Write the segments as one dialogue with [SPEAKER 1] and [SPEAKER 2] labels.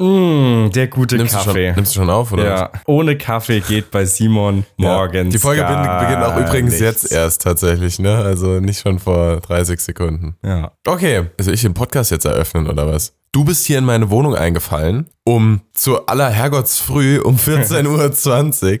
[SPEAKER 1] Mm, der gute
[SPEAKER 2] Nimmst du,
[SPEAKER 1] Kaffee.
[SPEAKER 2] schon, nimmst du schon auf, oder?
[SPEAKER 1] ja, ohne Kaffee geht bei Simon
[SPEAKER 2] Ja.
[SPEAKER 1] morgens.
[SPEAKER 2] Die Folge bin-
[SPEAKER 1] gar
[SPEAKER 2] beginnt auch übrigens
[SPEAKER 1] nichts.
[SPEAKER 2] jetzt erst tatsächlich, ne? Also nicht schon vor 30 Sekunden.
[SPEAKER 1] Ja.
[SPEAKER 2] Okay, also ich den Podcast jetzt eröffnen oder was? Du bist hier in meine Wohnung eingefallen, um zu aller Herrgottsfrüh um 14.20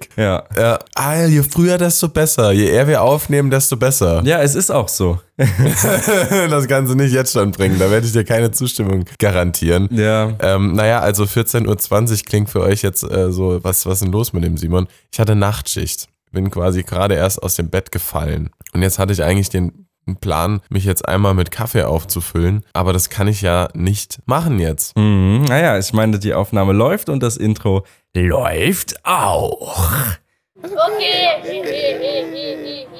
[SPEAKER 2] Uhr.
[SPEAKER 1] Ja.
[SPEAKER 2] Äh, ah, je früher, desto besser. Je eher wir aufnehmen, desto besser.
[SPEAKER 1] ja, es ist auch so.
[SPEAKER 2] Das Ganze nicht jetzt schon bringen, da werde ich dir keine Zustimmung garantieren.
[SPEAKER 1] Ja.
[SPEAKER 2] Ähm, naja, also 14.20 Uhr klingt für euch jetzt äh, so, was, was ist denn los mit dem Simon? Ich hatte Nachtschicht, bin quasi gerade erst aus dem Bett gefallen. Und jetzt hatte ich eigentlich den Plan, mich jetzt einmal mit Kaffee aufzufüllen, aber das kann ich ja nicht machen jetzt.
[SPEAKER 1] Mhm. Naja, ich meine, die Aufnahme läuft und das Intro läuft auch.
[SPEAKER 3] Okay.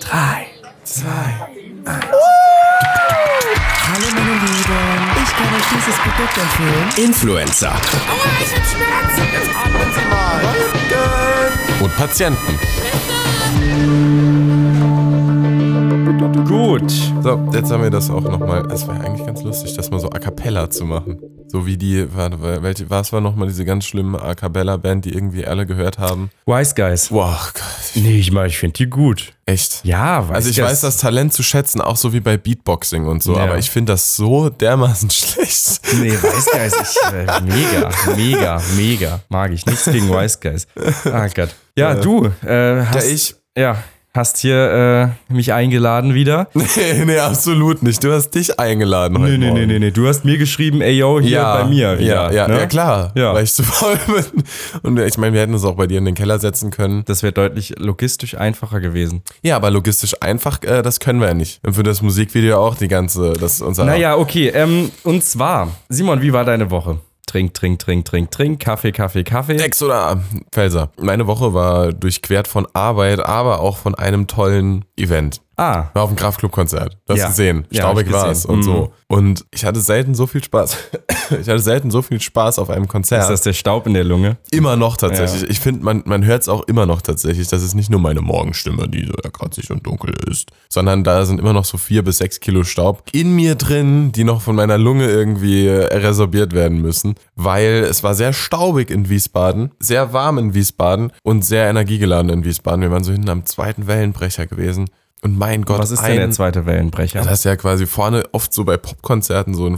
[SPEAKER 1] Drei, zwei.
[SPEAKER 4] Hallo meine Lieben, ich kann euch dieses Produkt empfehlen.
[SPEAKER 5] Influencer,
[SPEAKER 2] Und Patienten.
[SPEAKER 1] Gut.
[SPEAKER 2] So, jetzt haben wir das auch nochmal. Das war ja eigentlich ganz lustig, das mal so a cappella zu machen. So wie die, warte, welche, was war nochmal diese ganz schlimme a cappella-Band, die irgendwie alle gehört haben?
[SPEAKER 1] Wise Guys.
[SPEAKER 2] Boah, Oh Gott,
[SPEAKER 1] Nee, ich meine, ich finde die gut.
[SPEAKER 2] echt.
[SPEAKER 1] Ja, Wise
[SPEAKER 2] Also ich
[SPEAKER 1] Guys.
[SPEAKER 2] weiß das Talent zu schätzen, auch so wie bei Beatboxing und so,
[SPEAKER 1] Ja.
[SPEAKER 2] aber ich finde das so dermaßen schlecht.
[SPEAKER 1] Nee, Wise Guys, ich, äh, mega, mega, mega. Mag ich. Nichts gegen Wise Guys. Ah Gott. Ja, du. Äh, hast,
[SPEAKER 2] ich.
[SPEAKER 1] Ja, hast hier äh, mich eingeladen wieder.
[SPEAKER 2] nee, nee, absolut nicht. Du hast dich eingeladen heute
[SPEAKER 1] Nee, nee, nee,
[SPEAKER 2] Morgen.
[SPEAKER 1] nee, nee. Du hast mir geschrieben, ey, yo, hier
[SPEAKER 2] Ja,
[SPEAKER 1] bei mir.
[SPEAKER 2] ja,
[SPEAKER 1] Wieder,
[SPEAKER 2] ja,
[SPEAKER 1] ne?
[SPEAKER 2] ja, klar,
[SPEAKER 1] Ja.
[SPEAKER 2] weil ich zu faul bin. Und ich meine, wir hätten es auch bei dir in den Keller setzen können.
[SPEAKER 1] Das wäre deutlich logistisch einfacher gewesen.
[SPEAKER 2] Ja, aber logistisch einfach, äh, das können wir ja nicht. Und für das Musikvideo auch die ganze, das unser.
[SPEAKER 1] Naja, okay. Ähm, und zwar, Simon, wie war deine Woche? Trink, trink, trink, trink, trink. Kaffee, Kaffee, Kaffee.
[SPEAKER 2] Ex oder Felser. Meine Woche war durchquert von Arbeit, aber auch von einem tollen Event.
[SPEAKER 1] Ah,
[SPEAKER 2] War auf dem Kraftclub-Konzert. Du hast
[SPEAKER 1] Ja.
[SPEAKER 2] gesehen.
[SPEAKER 1] Ja,
[SPEAKER 2] Staubig
[SPEAKER 1] hab ich
[SPEAKER 2] war
[SPEAKER 1] gesehen. Mhm.
[SPEAKER 2] es und so. Und ich hatte selten so viel Spaß. Ich hatte selten so viel Spaß auf einem Konzert.
[SPEAKER 1] ist das der Staub in der Lunge?
[SPEAKER 2] immer noch tatsächlich. Ich finde, man, man hört es auch immer noch tatsächlich. Das ist nicht nur meine Morgenstimme, die so kratzig und dunkel ist, sondern da sind immer noch so vier bis sechs Kilo Staub in mir drin, die noch von meiner Lunge irgendwie äh, resorbiert werden müssen, weil es war sehr staubig in Wiesbaden, sehr warm in Wiesbaden und sehr energiegeladen in Wiesbaden. Wir waren so hinten am zweiten Wellenbrecher gewesen. Und mein Gott,
[SPEAKER 1] Was ist denn der
[SPEAKER 2] ein-
[SPEAKER 1] zweite Wellenbrecher?
[SPEAKER 2] das ist ja quasi vorne oft so bei Popkonzerten so ein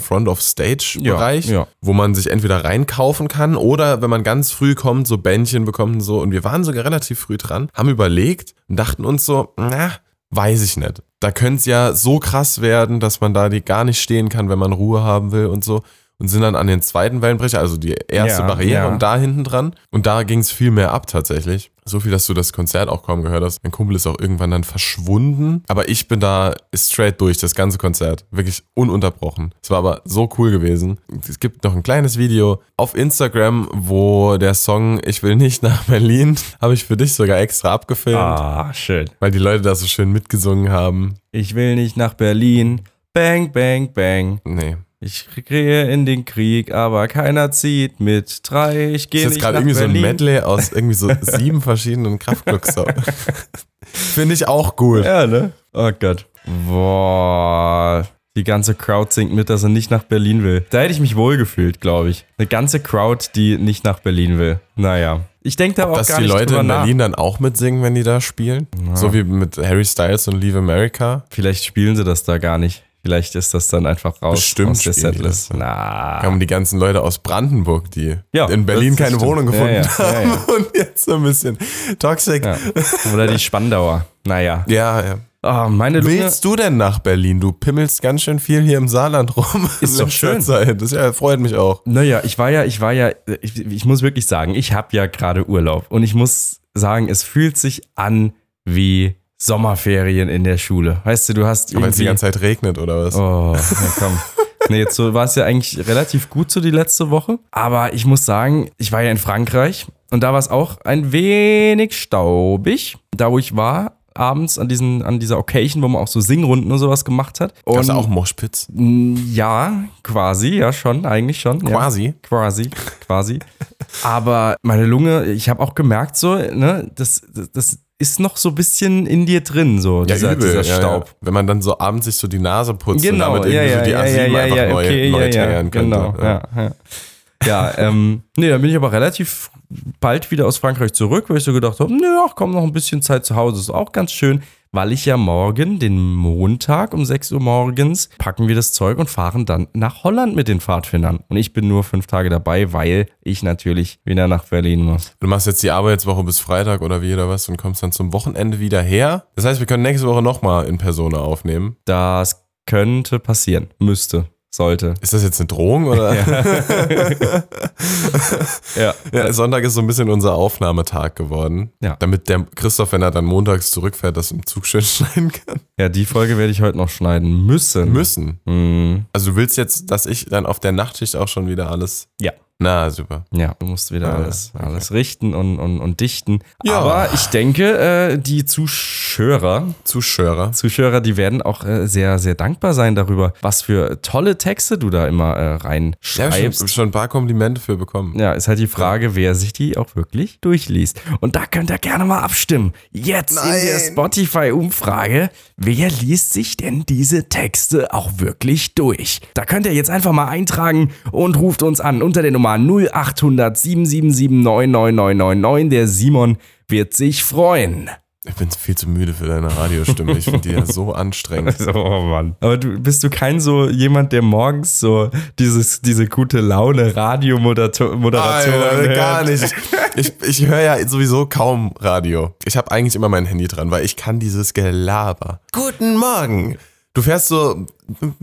[SPEAKER 2] Front-of-Stage-Bereich,
[SPEAKER 1] Ja, ja.
[SPEAKER 2] wo man sich entweder reinkaufen kann oder wenn man ganz früh kommt, so Bändchen bekommt und so. Und wir waren sogar relativ früh dran, haben überlegt und dachten uns so, na, weiß ich nicht. Da könnte es ja so krass werden, dass man da die gar nicht stehen kann, wenn man Ruhe haben will und so. Und sind dann an den zweiten Wellenbrecher, also die erste
[SPEAKER 1] Ja,
[SPEAKER 2] Barriere
[SPEAKER 1] ja.
[SPEAKER 2] und da hinten dran. Und da ging es viel mehr ab tatsächlich. So viel, dass du das Konzert auch kaum gehört hast. Mein Kumpel ist auch irgendwann dann verschwunden. Aber ich bin da straight durch, das ganze Konzert. Wirklich ununterbrochen. Es war aber so cool gewesen. Es gibt noch ein kleines Video auf Instagram, wo der Song Ich will nicht nach Berlin habe ich für dich sogar extra abgefilmt,
[SPEAKER 1] ah, schön.
[SPEAKER 2] weil die Leute da so schön mitgesungen haben.
[SPEAKER 1] Ich will nicht nach Berlin. Bang, bang, bang.
[SPEAKER 2] Nee.
[SPEAKER 1] Ich gehe in den Krieg, aber keiner zieht mit. Drei, ich gehe
[SPEAKER 2] Das
[SPEAKER 1] nicht
[SPEAKER 2] ist jetzt gerade
[SPEAKER 1] nach
[SPEAKER 2] irgendwie
[SPEAKER 1] Berlin.
[SPEAKER 2] so ein Medley aus irgendwie so sieben verschiedenen Kraftclub-Songs. Finde ich auch gut.
[SPEAKER 1] Ja, ne? Oh Gott. Boah. Die ganze Crowd singt mit, dass er nicht nach Berlin will. Da hätte ich mich wohl gefühlt, glaube ich. Eine ganze Crowd, die nicht nach Berlin will. Naja. Ich denke da aber auch
[SPEAKER 2] Dass
[SPEAKER 1] gar
[SPEAKER 2] die
[SPEAKER 1] nicht
[SPEAKER 2] Leute
[SPEAKER 1] drüber
[SPEAKER 2] in
[SPEAKER 1] nach.
[SPEAKER 2] Berlin dann auch mitsingen, wenn die da spielen. So wie mit Harry Styles und Leave America.
[SPEAKER 1] Vielleicht spielen sie das da gar nicht. Vielleicht ist das dann einfach raus
[SPEAKER 2] Bestimmt
[SPEAKER 1] aus der
[SPEAKER 2] spielen die
[SPEAKER 1] Setlist.
[SPEAKER 2] das.
[SPEAKER 1] Na.
[SPEAKER 2] Kamen die ganzen Leute aus Brandenburg, die
[SPEAKER 1] Ja,
[SPEAKER 2] in Berlin
[SPEAKER 1] Ah. das- das
[SPEAKER 2] keine
[SPEAKER 1] stimmt.
[SPEAKER 2] Wohnung gefunden
[SPEAKER 1] Ja, ja, ja,
[SPEAKER 2] haben
[SPEAKER 1] ja.
[SPEAKER 2] und jetzt so ein bisschen toxic.
[SPEAKER 1] Ja.
[SPEAKER 2] Ja,
[SPEAKER 1] Oder die Spandauer. Naja.
[SPEAKER 2] ja.
[SPEAKER 1] Ah, meine Lunge.
[SPEAKER 2] Willst du denn nach Berlin? Du pimmelst ganz schön viel hier im Saarland rum.
[SPEAKER 1] Ist
[SPEAKER 2] in
[SPEAKER 1] doch
[SPEAKER 2] letzter
[SPEAKER 1] schön.
[SPEAKER 2] Zeit. Das ja, freut mich auch.
[SPEAKER 1] Naja, ich war ja, ich war ja, ich, ich muss wirklich sagen, ich habe ja gerade Urlaub und ich muss sagen, es fühlt sich an wie Sommerferien in der Schule. Weißt du, du hast
[SPEAKER 2] Weil es die
[SPEAKER 1] irgendwie-
[SPEAKER 2] ganze Zeit regnet oder was?
[SPEAKER 1] Oh, na komm. Nee, jetzt so war es ja eigentlich relativ gut so die letzte Woche. Aber ich muss sagen, ich war ja in Frankreich und da war es auch ein wenig staubig. Da, wo ich war, abends an, diesen, an dieser Occasion, wo man auch so Singrunden und sowas gemacht hat. Und
[SPEAKER 2] Das ist auch Moschpitz.
[SPEAKER 1] ja, quasi, ja schon, eigentlich schon. Ja.
[SPEAKER 2] Quasi?
[SPEAKER 1] Quasi, quasi. Aber meine Lunge, ich habe auch gemerkt, so, ne, das, das, das ist noch so ein bisschen in dir drin, so,
[SPEAKER 2] Ja,
[SPEAKER 1] dieser,
[SPEAKER 2] übel.
[SPEAKER 1] dieser
[SPEAKER 2] ja,
[SPEAKER 1] Staub.
[SPEAKER 2] Ja. Wenn man dann so abends sich so die Nase putzt
[SPEAKER 1] Genau,
[SPEAKER 2] und damit irgendwie
[SPEAKER 1] ja, ja,
[SPEAKER 2] so die
[SPEAKER 1] ja,
[SPEAKER 2] A7
[SPEAKER 1] ja, ja,
[SPEAKER 2] einfach
[SPEAKER 1] ja,
[SPEAKER 2] neu,
[SPEAKER 1] okay,
[SPEAKER 2] neu
[SPEAKER 1] ja, ja,
[SPEAKER 2] triggern könnte.
[SPEAKER 1] Genau, ja. Ja, Ja, ähm, nee, dann bin ich aber relativ bald wieder aus Frankreich zurück, weil ich so gedacht habe, nö, ach komm, noch ein bisschen Zeit zu Hause, ist auch ganz schön, weil ich ja morgen, den Montag um 6 Uhr morgens, packen wir das Zeug und fahren dann nach Holland mit den Pfadfindern. Und ich bin nur fünf Tage dabei, weil ich natürlich wieder nach Berlin muss.
[SPEAKER 2] Du machst jetzt die Arbeitswoche bis Freitag oder wie oder was und kommst dann zum Wochenende wieder her. Das heißt, wir können nächste Woche nochmal in Persona aufnehmen.
[SPEAKER 1] Das könnte passieren, müsste, sollte.
[SPEAKER 2] Ist das jetzt eine Drohung oder?
[SPEAKER 1] Ja.
[SPEAKER 2] Ja, Sonntag ist so ein bisschen unser Aufnahmetag geworden.
[SPEAKER 1] Ja.
[SPEAKER 2] Damit der Christoph, wenn er dann montags zurückfährt, das im Zug schön schneiden kann.
[SPEAKER 1] Ja, die Folge werde ich heute noch schneiden müssen.
[SPEAKER 2] Müssen.
[SPEAKER 1] Mhm.
[SPEAKER 2] Also du willst jetzt, dass ich dann auf der Nachtschicht auch schon wieder alles.
[SPEAKER 1] Ja.
[SPEAKER 2] Na, super.
[SPEAKER 1] Ja, du musst wieder
[SPEAKER 2] Ah,
[SPEAKER 1] alles, alles richten und, und, und dichten.
[SPEAKER 2] Ja.
[SPEAKER 1] Aber ich denke, äh, die Zuschauer,
[SPEAKER 2] Zuschörer.
[SPEAKER 1] Zuschauer, die werden auch äh, sehr, sehr dankbar sein darüber, was für tolle Texte du da immer äh,
[SPEAKER 2] Ja, ich
[SPEAKER 1] reinschreibst.
[SPEAKER 2] schon, schon ein paar Komplimente für bekommen.
[SPEAKER 1] Ja, ist halt die Frage, wer sich die auch wirklich durchliest. Und da könnt ihr gerne mal abstimmen. Jetzt in der
[SPEAKER 2] Nein.
[SPEAKER 1] Spotify-Umfrage, wer liest sich denn diese Texte auch wirklich durch? Da könnt ihr jetzt einfach mal eintragen und ruft uns an unter der Nummer 0800 777 99999. Der Simon wird sich freuen.
[SPEAKER 2] Ich bin viel zu müde für deine Radiostimme. Ich finde die ja so anstrengend.
[SPEAKER 1] Oh Mann. Aber du bist du kein so jemand, der morgens so dieses, diese gute Laune Radiomoderation ne?
[SPEAKER 2] Alter, gar nicht. Ich, ich höre ja sowieso kaum Radio. Ich habe eigentlich immer mein Handy dran, weil ich kann dieses Gelaber. Guten Morgen. Du fährst so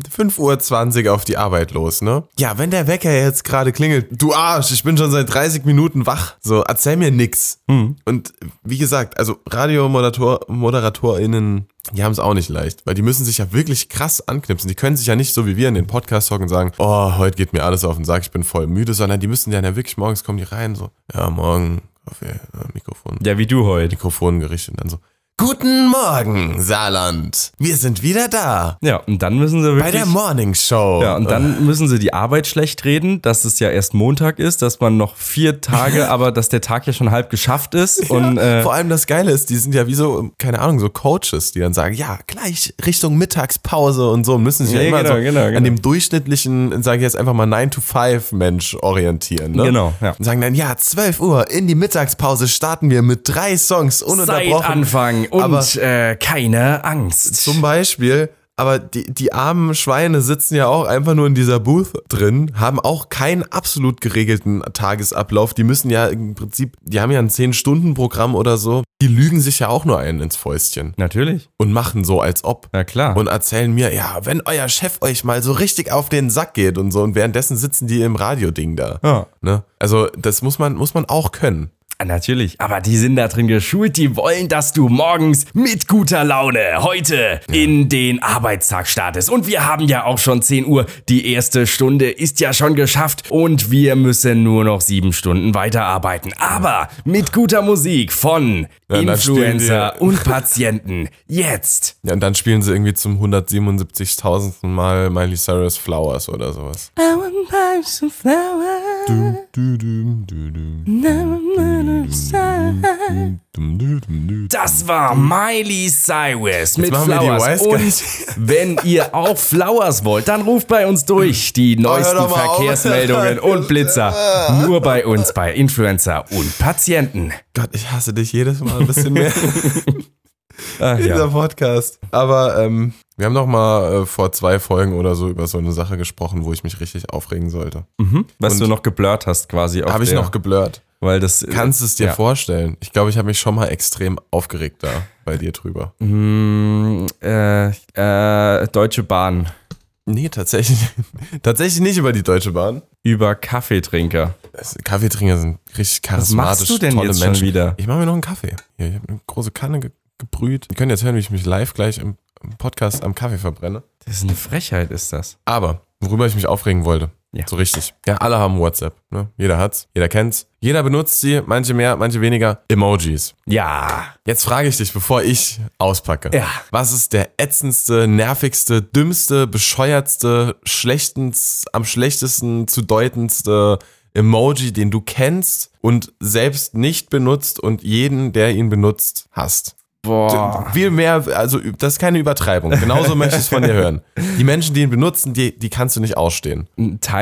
[SPEAKER 2] 5.20 Uhr auf die Arbeit los, ne? Ja, wenn der Wecker jetzt gerade klingelt, du Arsch, ich bin schon seit 30 Minuten wach. So, erzähl mir nix.
[SPEAKER 1] Hm.
[SPEAKER 2] Und wie gesagt, also RadiomoderatorInnen, die haben es auch nicht leicht, weil die müssen sich ja wirklich krass anknipsen. Die können sich ja nicht so wie wir in den Podcast hocken und sagen, oh, heute geht mir alles auf den Sack, ich bin voll müde, sondern die müssen dann ja wirklich morgens kommen die rein, so, ja, morgen, Kaffee, ja, Mikrofon.
[SPEAKER 1] Ja, wie du heute.
[SPEAKER 2] Mikrofon gerichtet und dann so. Guten Morgen, Saarland. Wir sind wieder da.
[SPEAKER 1] Ja, und dann müssen sie wirklich.
[SPEAKER 2] Bei der Äh. Morning Show.
[SPEAKER 1] ja, und dann müssen sie die Arbeit schlecht reden, dass es ja erst Montag ist, dass man noch vier Tage, aber dass der Tag ja schon halb geschafft ist. Und äh,
[SPEAKER 2] Vor allem das Geile ist, die sind ja wie so, keine Ahnung, so Coaches, die dann sagen, ja, gleich Richtung Mittagspause und so und müssen sich ja
[SPEAKER 1] Nee,
[SPEAKER 2] immer
[SPEAKER 1] genau,
[SPEAKER 2] so
[SPEAKER 1] genau, genau.
[SPEAKER 2] an dem durchschnittlichen, sage ich jetzt einfach mal 9-to-5-Mensch orientieren. Ne?
[SPEAKER 1] Genau, ja.
[SPEAKER 2] Und sagen dann, ja, 12 Uhr in die Mittagspause starten wir mit drei Songs ununterbrochen.
[SPEAKER 1] Anfang
[SPEAKER 2] Aber-
[SPEAKER 1] äh, keine Angst.
[SPEAKER 2] Zum Beispiel. Aber die, die armen Schweine sitzen ja auch einfach nur in dieser Booth drin, haben auch keinen absolut geregelten Tagesablauf. Die müssen ja im Prinzip, die haben ja ein 10-Stunden-Programm oder so. Die lügen sich ja auch nur einen ins Fäustchen
[SPEAKER 1] Natürlich,
[SPEAKER 2] und machen so, als ob.
[SPEAKER 1] na klar.
[SPEAKER 2] Und erzählen mir, ja, wenn euer Chef euch mal so richtig auf den Sack geht und so. Und währenddessen sitzen die im Radioding da.
[SPEAKER 1] Ja.
[SPEAKER 2] Ne? Also, das muss man, muss man auch können.
[SPEAKER 1] Ah, Natürlich, aber die sind da drin geschult, die wollen, dass du morgens mit guter Laune heute in den Arbeitstag startest. Und wir haben ja auch schon 10 Uhr, die erste Stunde ist ja schon geschafft und wir müssen nur noch sieben Stunden weiterarbeiten. Aber mit guter Musik von
[SPEAKER 2] Ja, dann stehen
[SPEAKER 1] Influencer
[SPEAKER 2] wir-
[SPEAKER 1] und Patienten. Jetzt.
[SPEAKER 2] Ja, und dann spielen sie irgendwie zum 177.000. Mal Miley Cyrus Flowers oder sowas.
[SPEAKER 1] Das war Miley Cyrus mit
[SPEAKER 2] machen wir die
[SPEAKER 1] Flowers.
[SPEAKER 2] Wise
[SPEAKER 1] Und
[SPEAKER 2] Guys.
[SPEAKER 1] wenn ihr auch Flowers wollt, dann ruft bei uns durch. Die neuesten
[SPEAKER 2] doch mal auf.
[SPEAKER 1] Verkehrsmeldungen und Blitzer. Nur bei uns, bei Influencer und Patienten.
[SPEAKER 2] Gott, ich hasse dich jedes Mal ein bisschen mehr
[SPEAKER 1] Ach,
[SPEAKER 2] in
[SPEAKER 1] ja.
[SPEAKER 2] dieser Podcast. Aber ähm, wir haben noch mal äh, vor zwei Folgen oder so über so eine Sache gesprochen, wo ich mich richtig aufregen sollte.
[SPEAKER 1] Was du noch geblurrt hast quasi. auf
[SPEAKER 2] Habe ich
[SPEAKER 1] der-
[SPEAKER 2] noch geblurrt.
[SPEAKER 1] Weil das äh,
[SPEAKER 2] Kannst du es dir
[SPEAKER 1] Ja.
[SPEAKER 2] vorstellen? Ich glaube, ich habe mich schon mal extrem aufgeregt da bei dir drüber.
[SPEAKER 1] Mhm. Mm, äh, äh, Deutsche Bahn
[SPEAKER 2] Nee, tatsächlich. tatsächlich nicht über die Deutsche Bahn.
[SPEAKER 1] über Kaffeetrinker.
[SPEAKER 2] Das- Kaffeetrinker sind richtig charismatisch.
[SPEAKER 1] machst du denn
[SPEAKER 2] tolle
[SPEAKER 1] jetzt schon
[SPEAKER 2] Menschen.
[SPEAKER 1] wieder?
[SPEAKER 2] Ich mache mir noch einen Kaffee. Hier, ich habe eine große Kanne ge gebrüht. Ihr könnt jetzt hören, wie ich mich live gleich im, im Podcast am Kaffee verbrenne.
[SPEAKER 1] Das ist eine Frechheit, ist das.
[SPEAKER 2] Aber, worüber ich mich aufregen wollte.
[SPEAKER 1] Ja.
[SPEAKER 2] So richtig. Ja, alle haben WhatsApp. Ne? Jeder hat's, jeder kennt's. Jeder benutzt sie, manche mehr, manche weniger. Emojis.
[SPEAKER 1] Ja.
[SPEAKER 2] Jetzt frage ich dich, bevor ich auspacke.
[SPEAKER 1] Ja.
[SPEAKER 2] Was ist der ätzendste, nervigste, dümmste, bescheuertste, schlechtens, am schlechtesten zu deutendste Emoji, den du kennst und selbst nicht benutzt und jeden, der ihn benutzt, hasst?
[SPEAKER 1] Boah.
[SPEAKER 2] Viel mehr, also ü- das ist keine Übertreibung. Genauso möchte ich es von dir hören. Die Menschen, die ihn benutzen, die, die kannst du nicht ausstehen.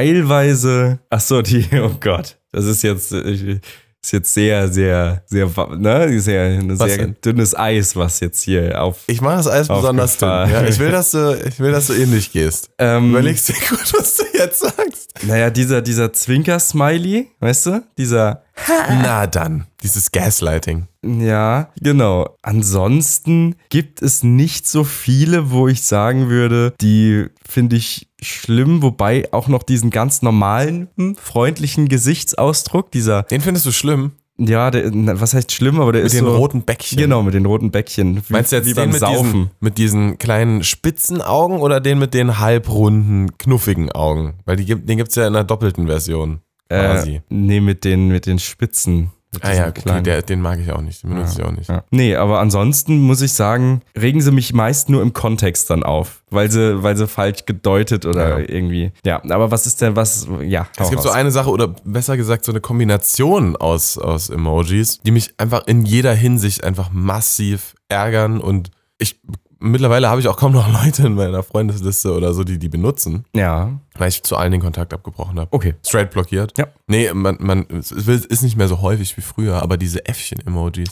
[SPEAKER 1] Teilweise. Ach so, die, oh Gott. Das ist jetzt, äh, ist jetzt sehr, sehr, sehr, wa- ne? Sehr, ein sehr
[SPEAKER 2] denn?
[SPEAKER 1] dünnes Eis, was jetzt hier auf.
[SPEAKER 2] Ich mache das alles besonders dünn.
[SPEAKER 1] Gefahr.
[SPEAKER 2] Ja, ich, will, dass du, ich will, dass du ähnlich gehst.
[SPEAKER 1] Ähm,
[SPEAKER 2] Überlegst dir gut, was du jetzt sagst.
[SPEAKER 1] Naja, dieser, dieser Zwinker-Smiley, weißt du? Dieser,
[SPEAKER 2] Na dann, dieses Gaslighting.
[SPEAKER 1] ja, genau. Ansonsten gibt es nicht so viele, wo ich sagen würde, die finde ich schlimm, wobei auch noch diesen ganz normalen, hm, freundlichen Gesichtsausdruck, dieser,
[SPEAKER 2] Den findest du schlimm?
[SPEAKER 1] ja, der, na, was heißt schlimm, aber der
[SPEAKER 2] Mit
[SPEAKER 1] ist
[SPEAKER 2] den
[SPEAKER 1] so,
[SPEAKER 2] roten Bäckchen.
[SPEAKER 1] Genau, mit den roten Bäckchen. Wie,
[SPEAKER 2] Meinst du jetzt
[SPEAKER 1] wie
[SPEAKER 2] den
[SPEAKER 1] beim
[SPEAKER 2] mit diesen,
[SPEAKER 1] Saufen?
[SPEAKER 2] mit diesen kleinen spitzen Augen oder den mit den halbrunden, knuffigen Augen? Weil die, gibt- den gibt es ja in einer doppelten Version. Quasi.
[SPEAKER 1] äh, nee, mit den, mit den Spitzen. Mit
[SPEAKER 2] ah
[SPEAKER 1] diesen
[SPEAKER 2] ja, okay,
[SPEAKER 1] kleinen.
[SPEAKER 2] der, den mag ich auch nicht. Den benutze ich auch nicht.
[SPEAKER 1] Ja. Nee, aber ansonsten muss ich sagen, regen sie mich meist nur im Kontext dann auf, weil sie, weil sie falsch gedeutet oder
[SPEAKER 2] Ja.
[SPEAKER 1] irgendwie. Ja, aber was ist denn was? Ja, hau
[SPEAKER 2] Es gibt
[SPEAKER 1] raus.
[SPEAKER 2] so eine Sache oder besser gesagt so eine Kombination aus, aus Emojis, die mich einfach in jeder Hinsicht einfach massiv ärgern und ich mittlerweile habe ich auch kaum noch Leute in meiner Freundesliste oder so, die die benutzen,
[SPEAKER 1] Ja,
[SPEAKER 2] weil ich zu allen den Kontakt abgebrochen habe.
[SPEAKER 1] okay.
[SPEAKER 2] Straight blockiert.
[SPEAKER 1] Ja.
[SPEAKER 2] Nee, man, man es will- ist nicht mehr so häufig wie früher, aber diese Äffchen-Emojis.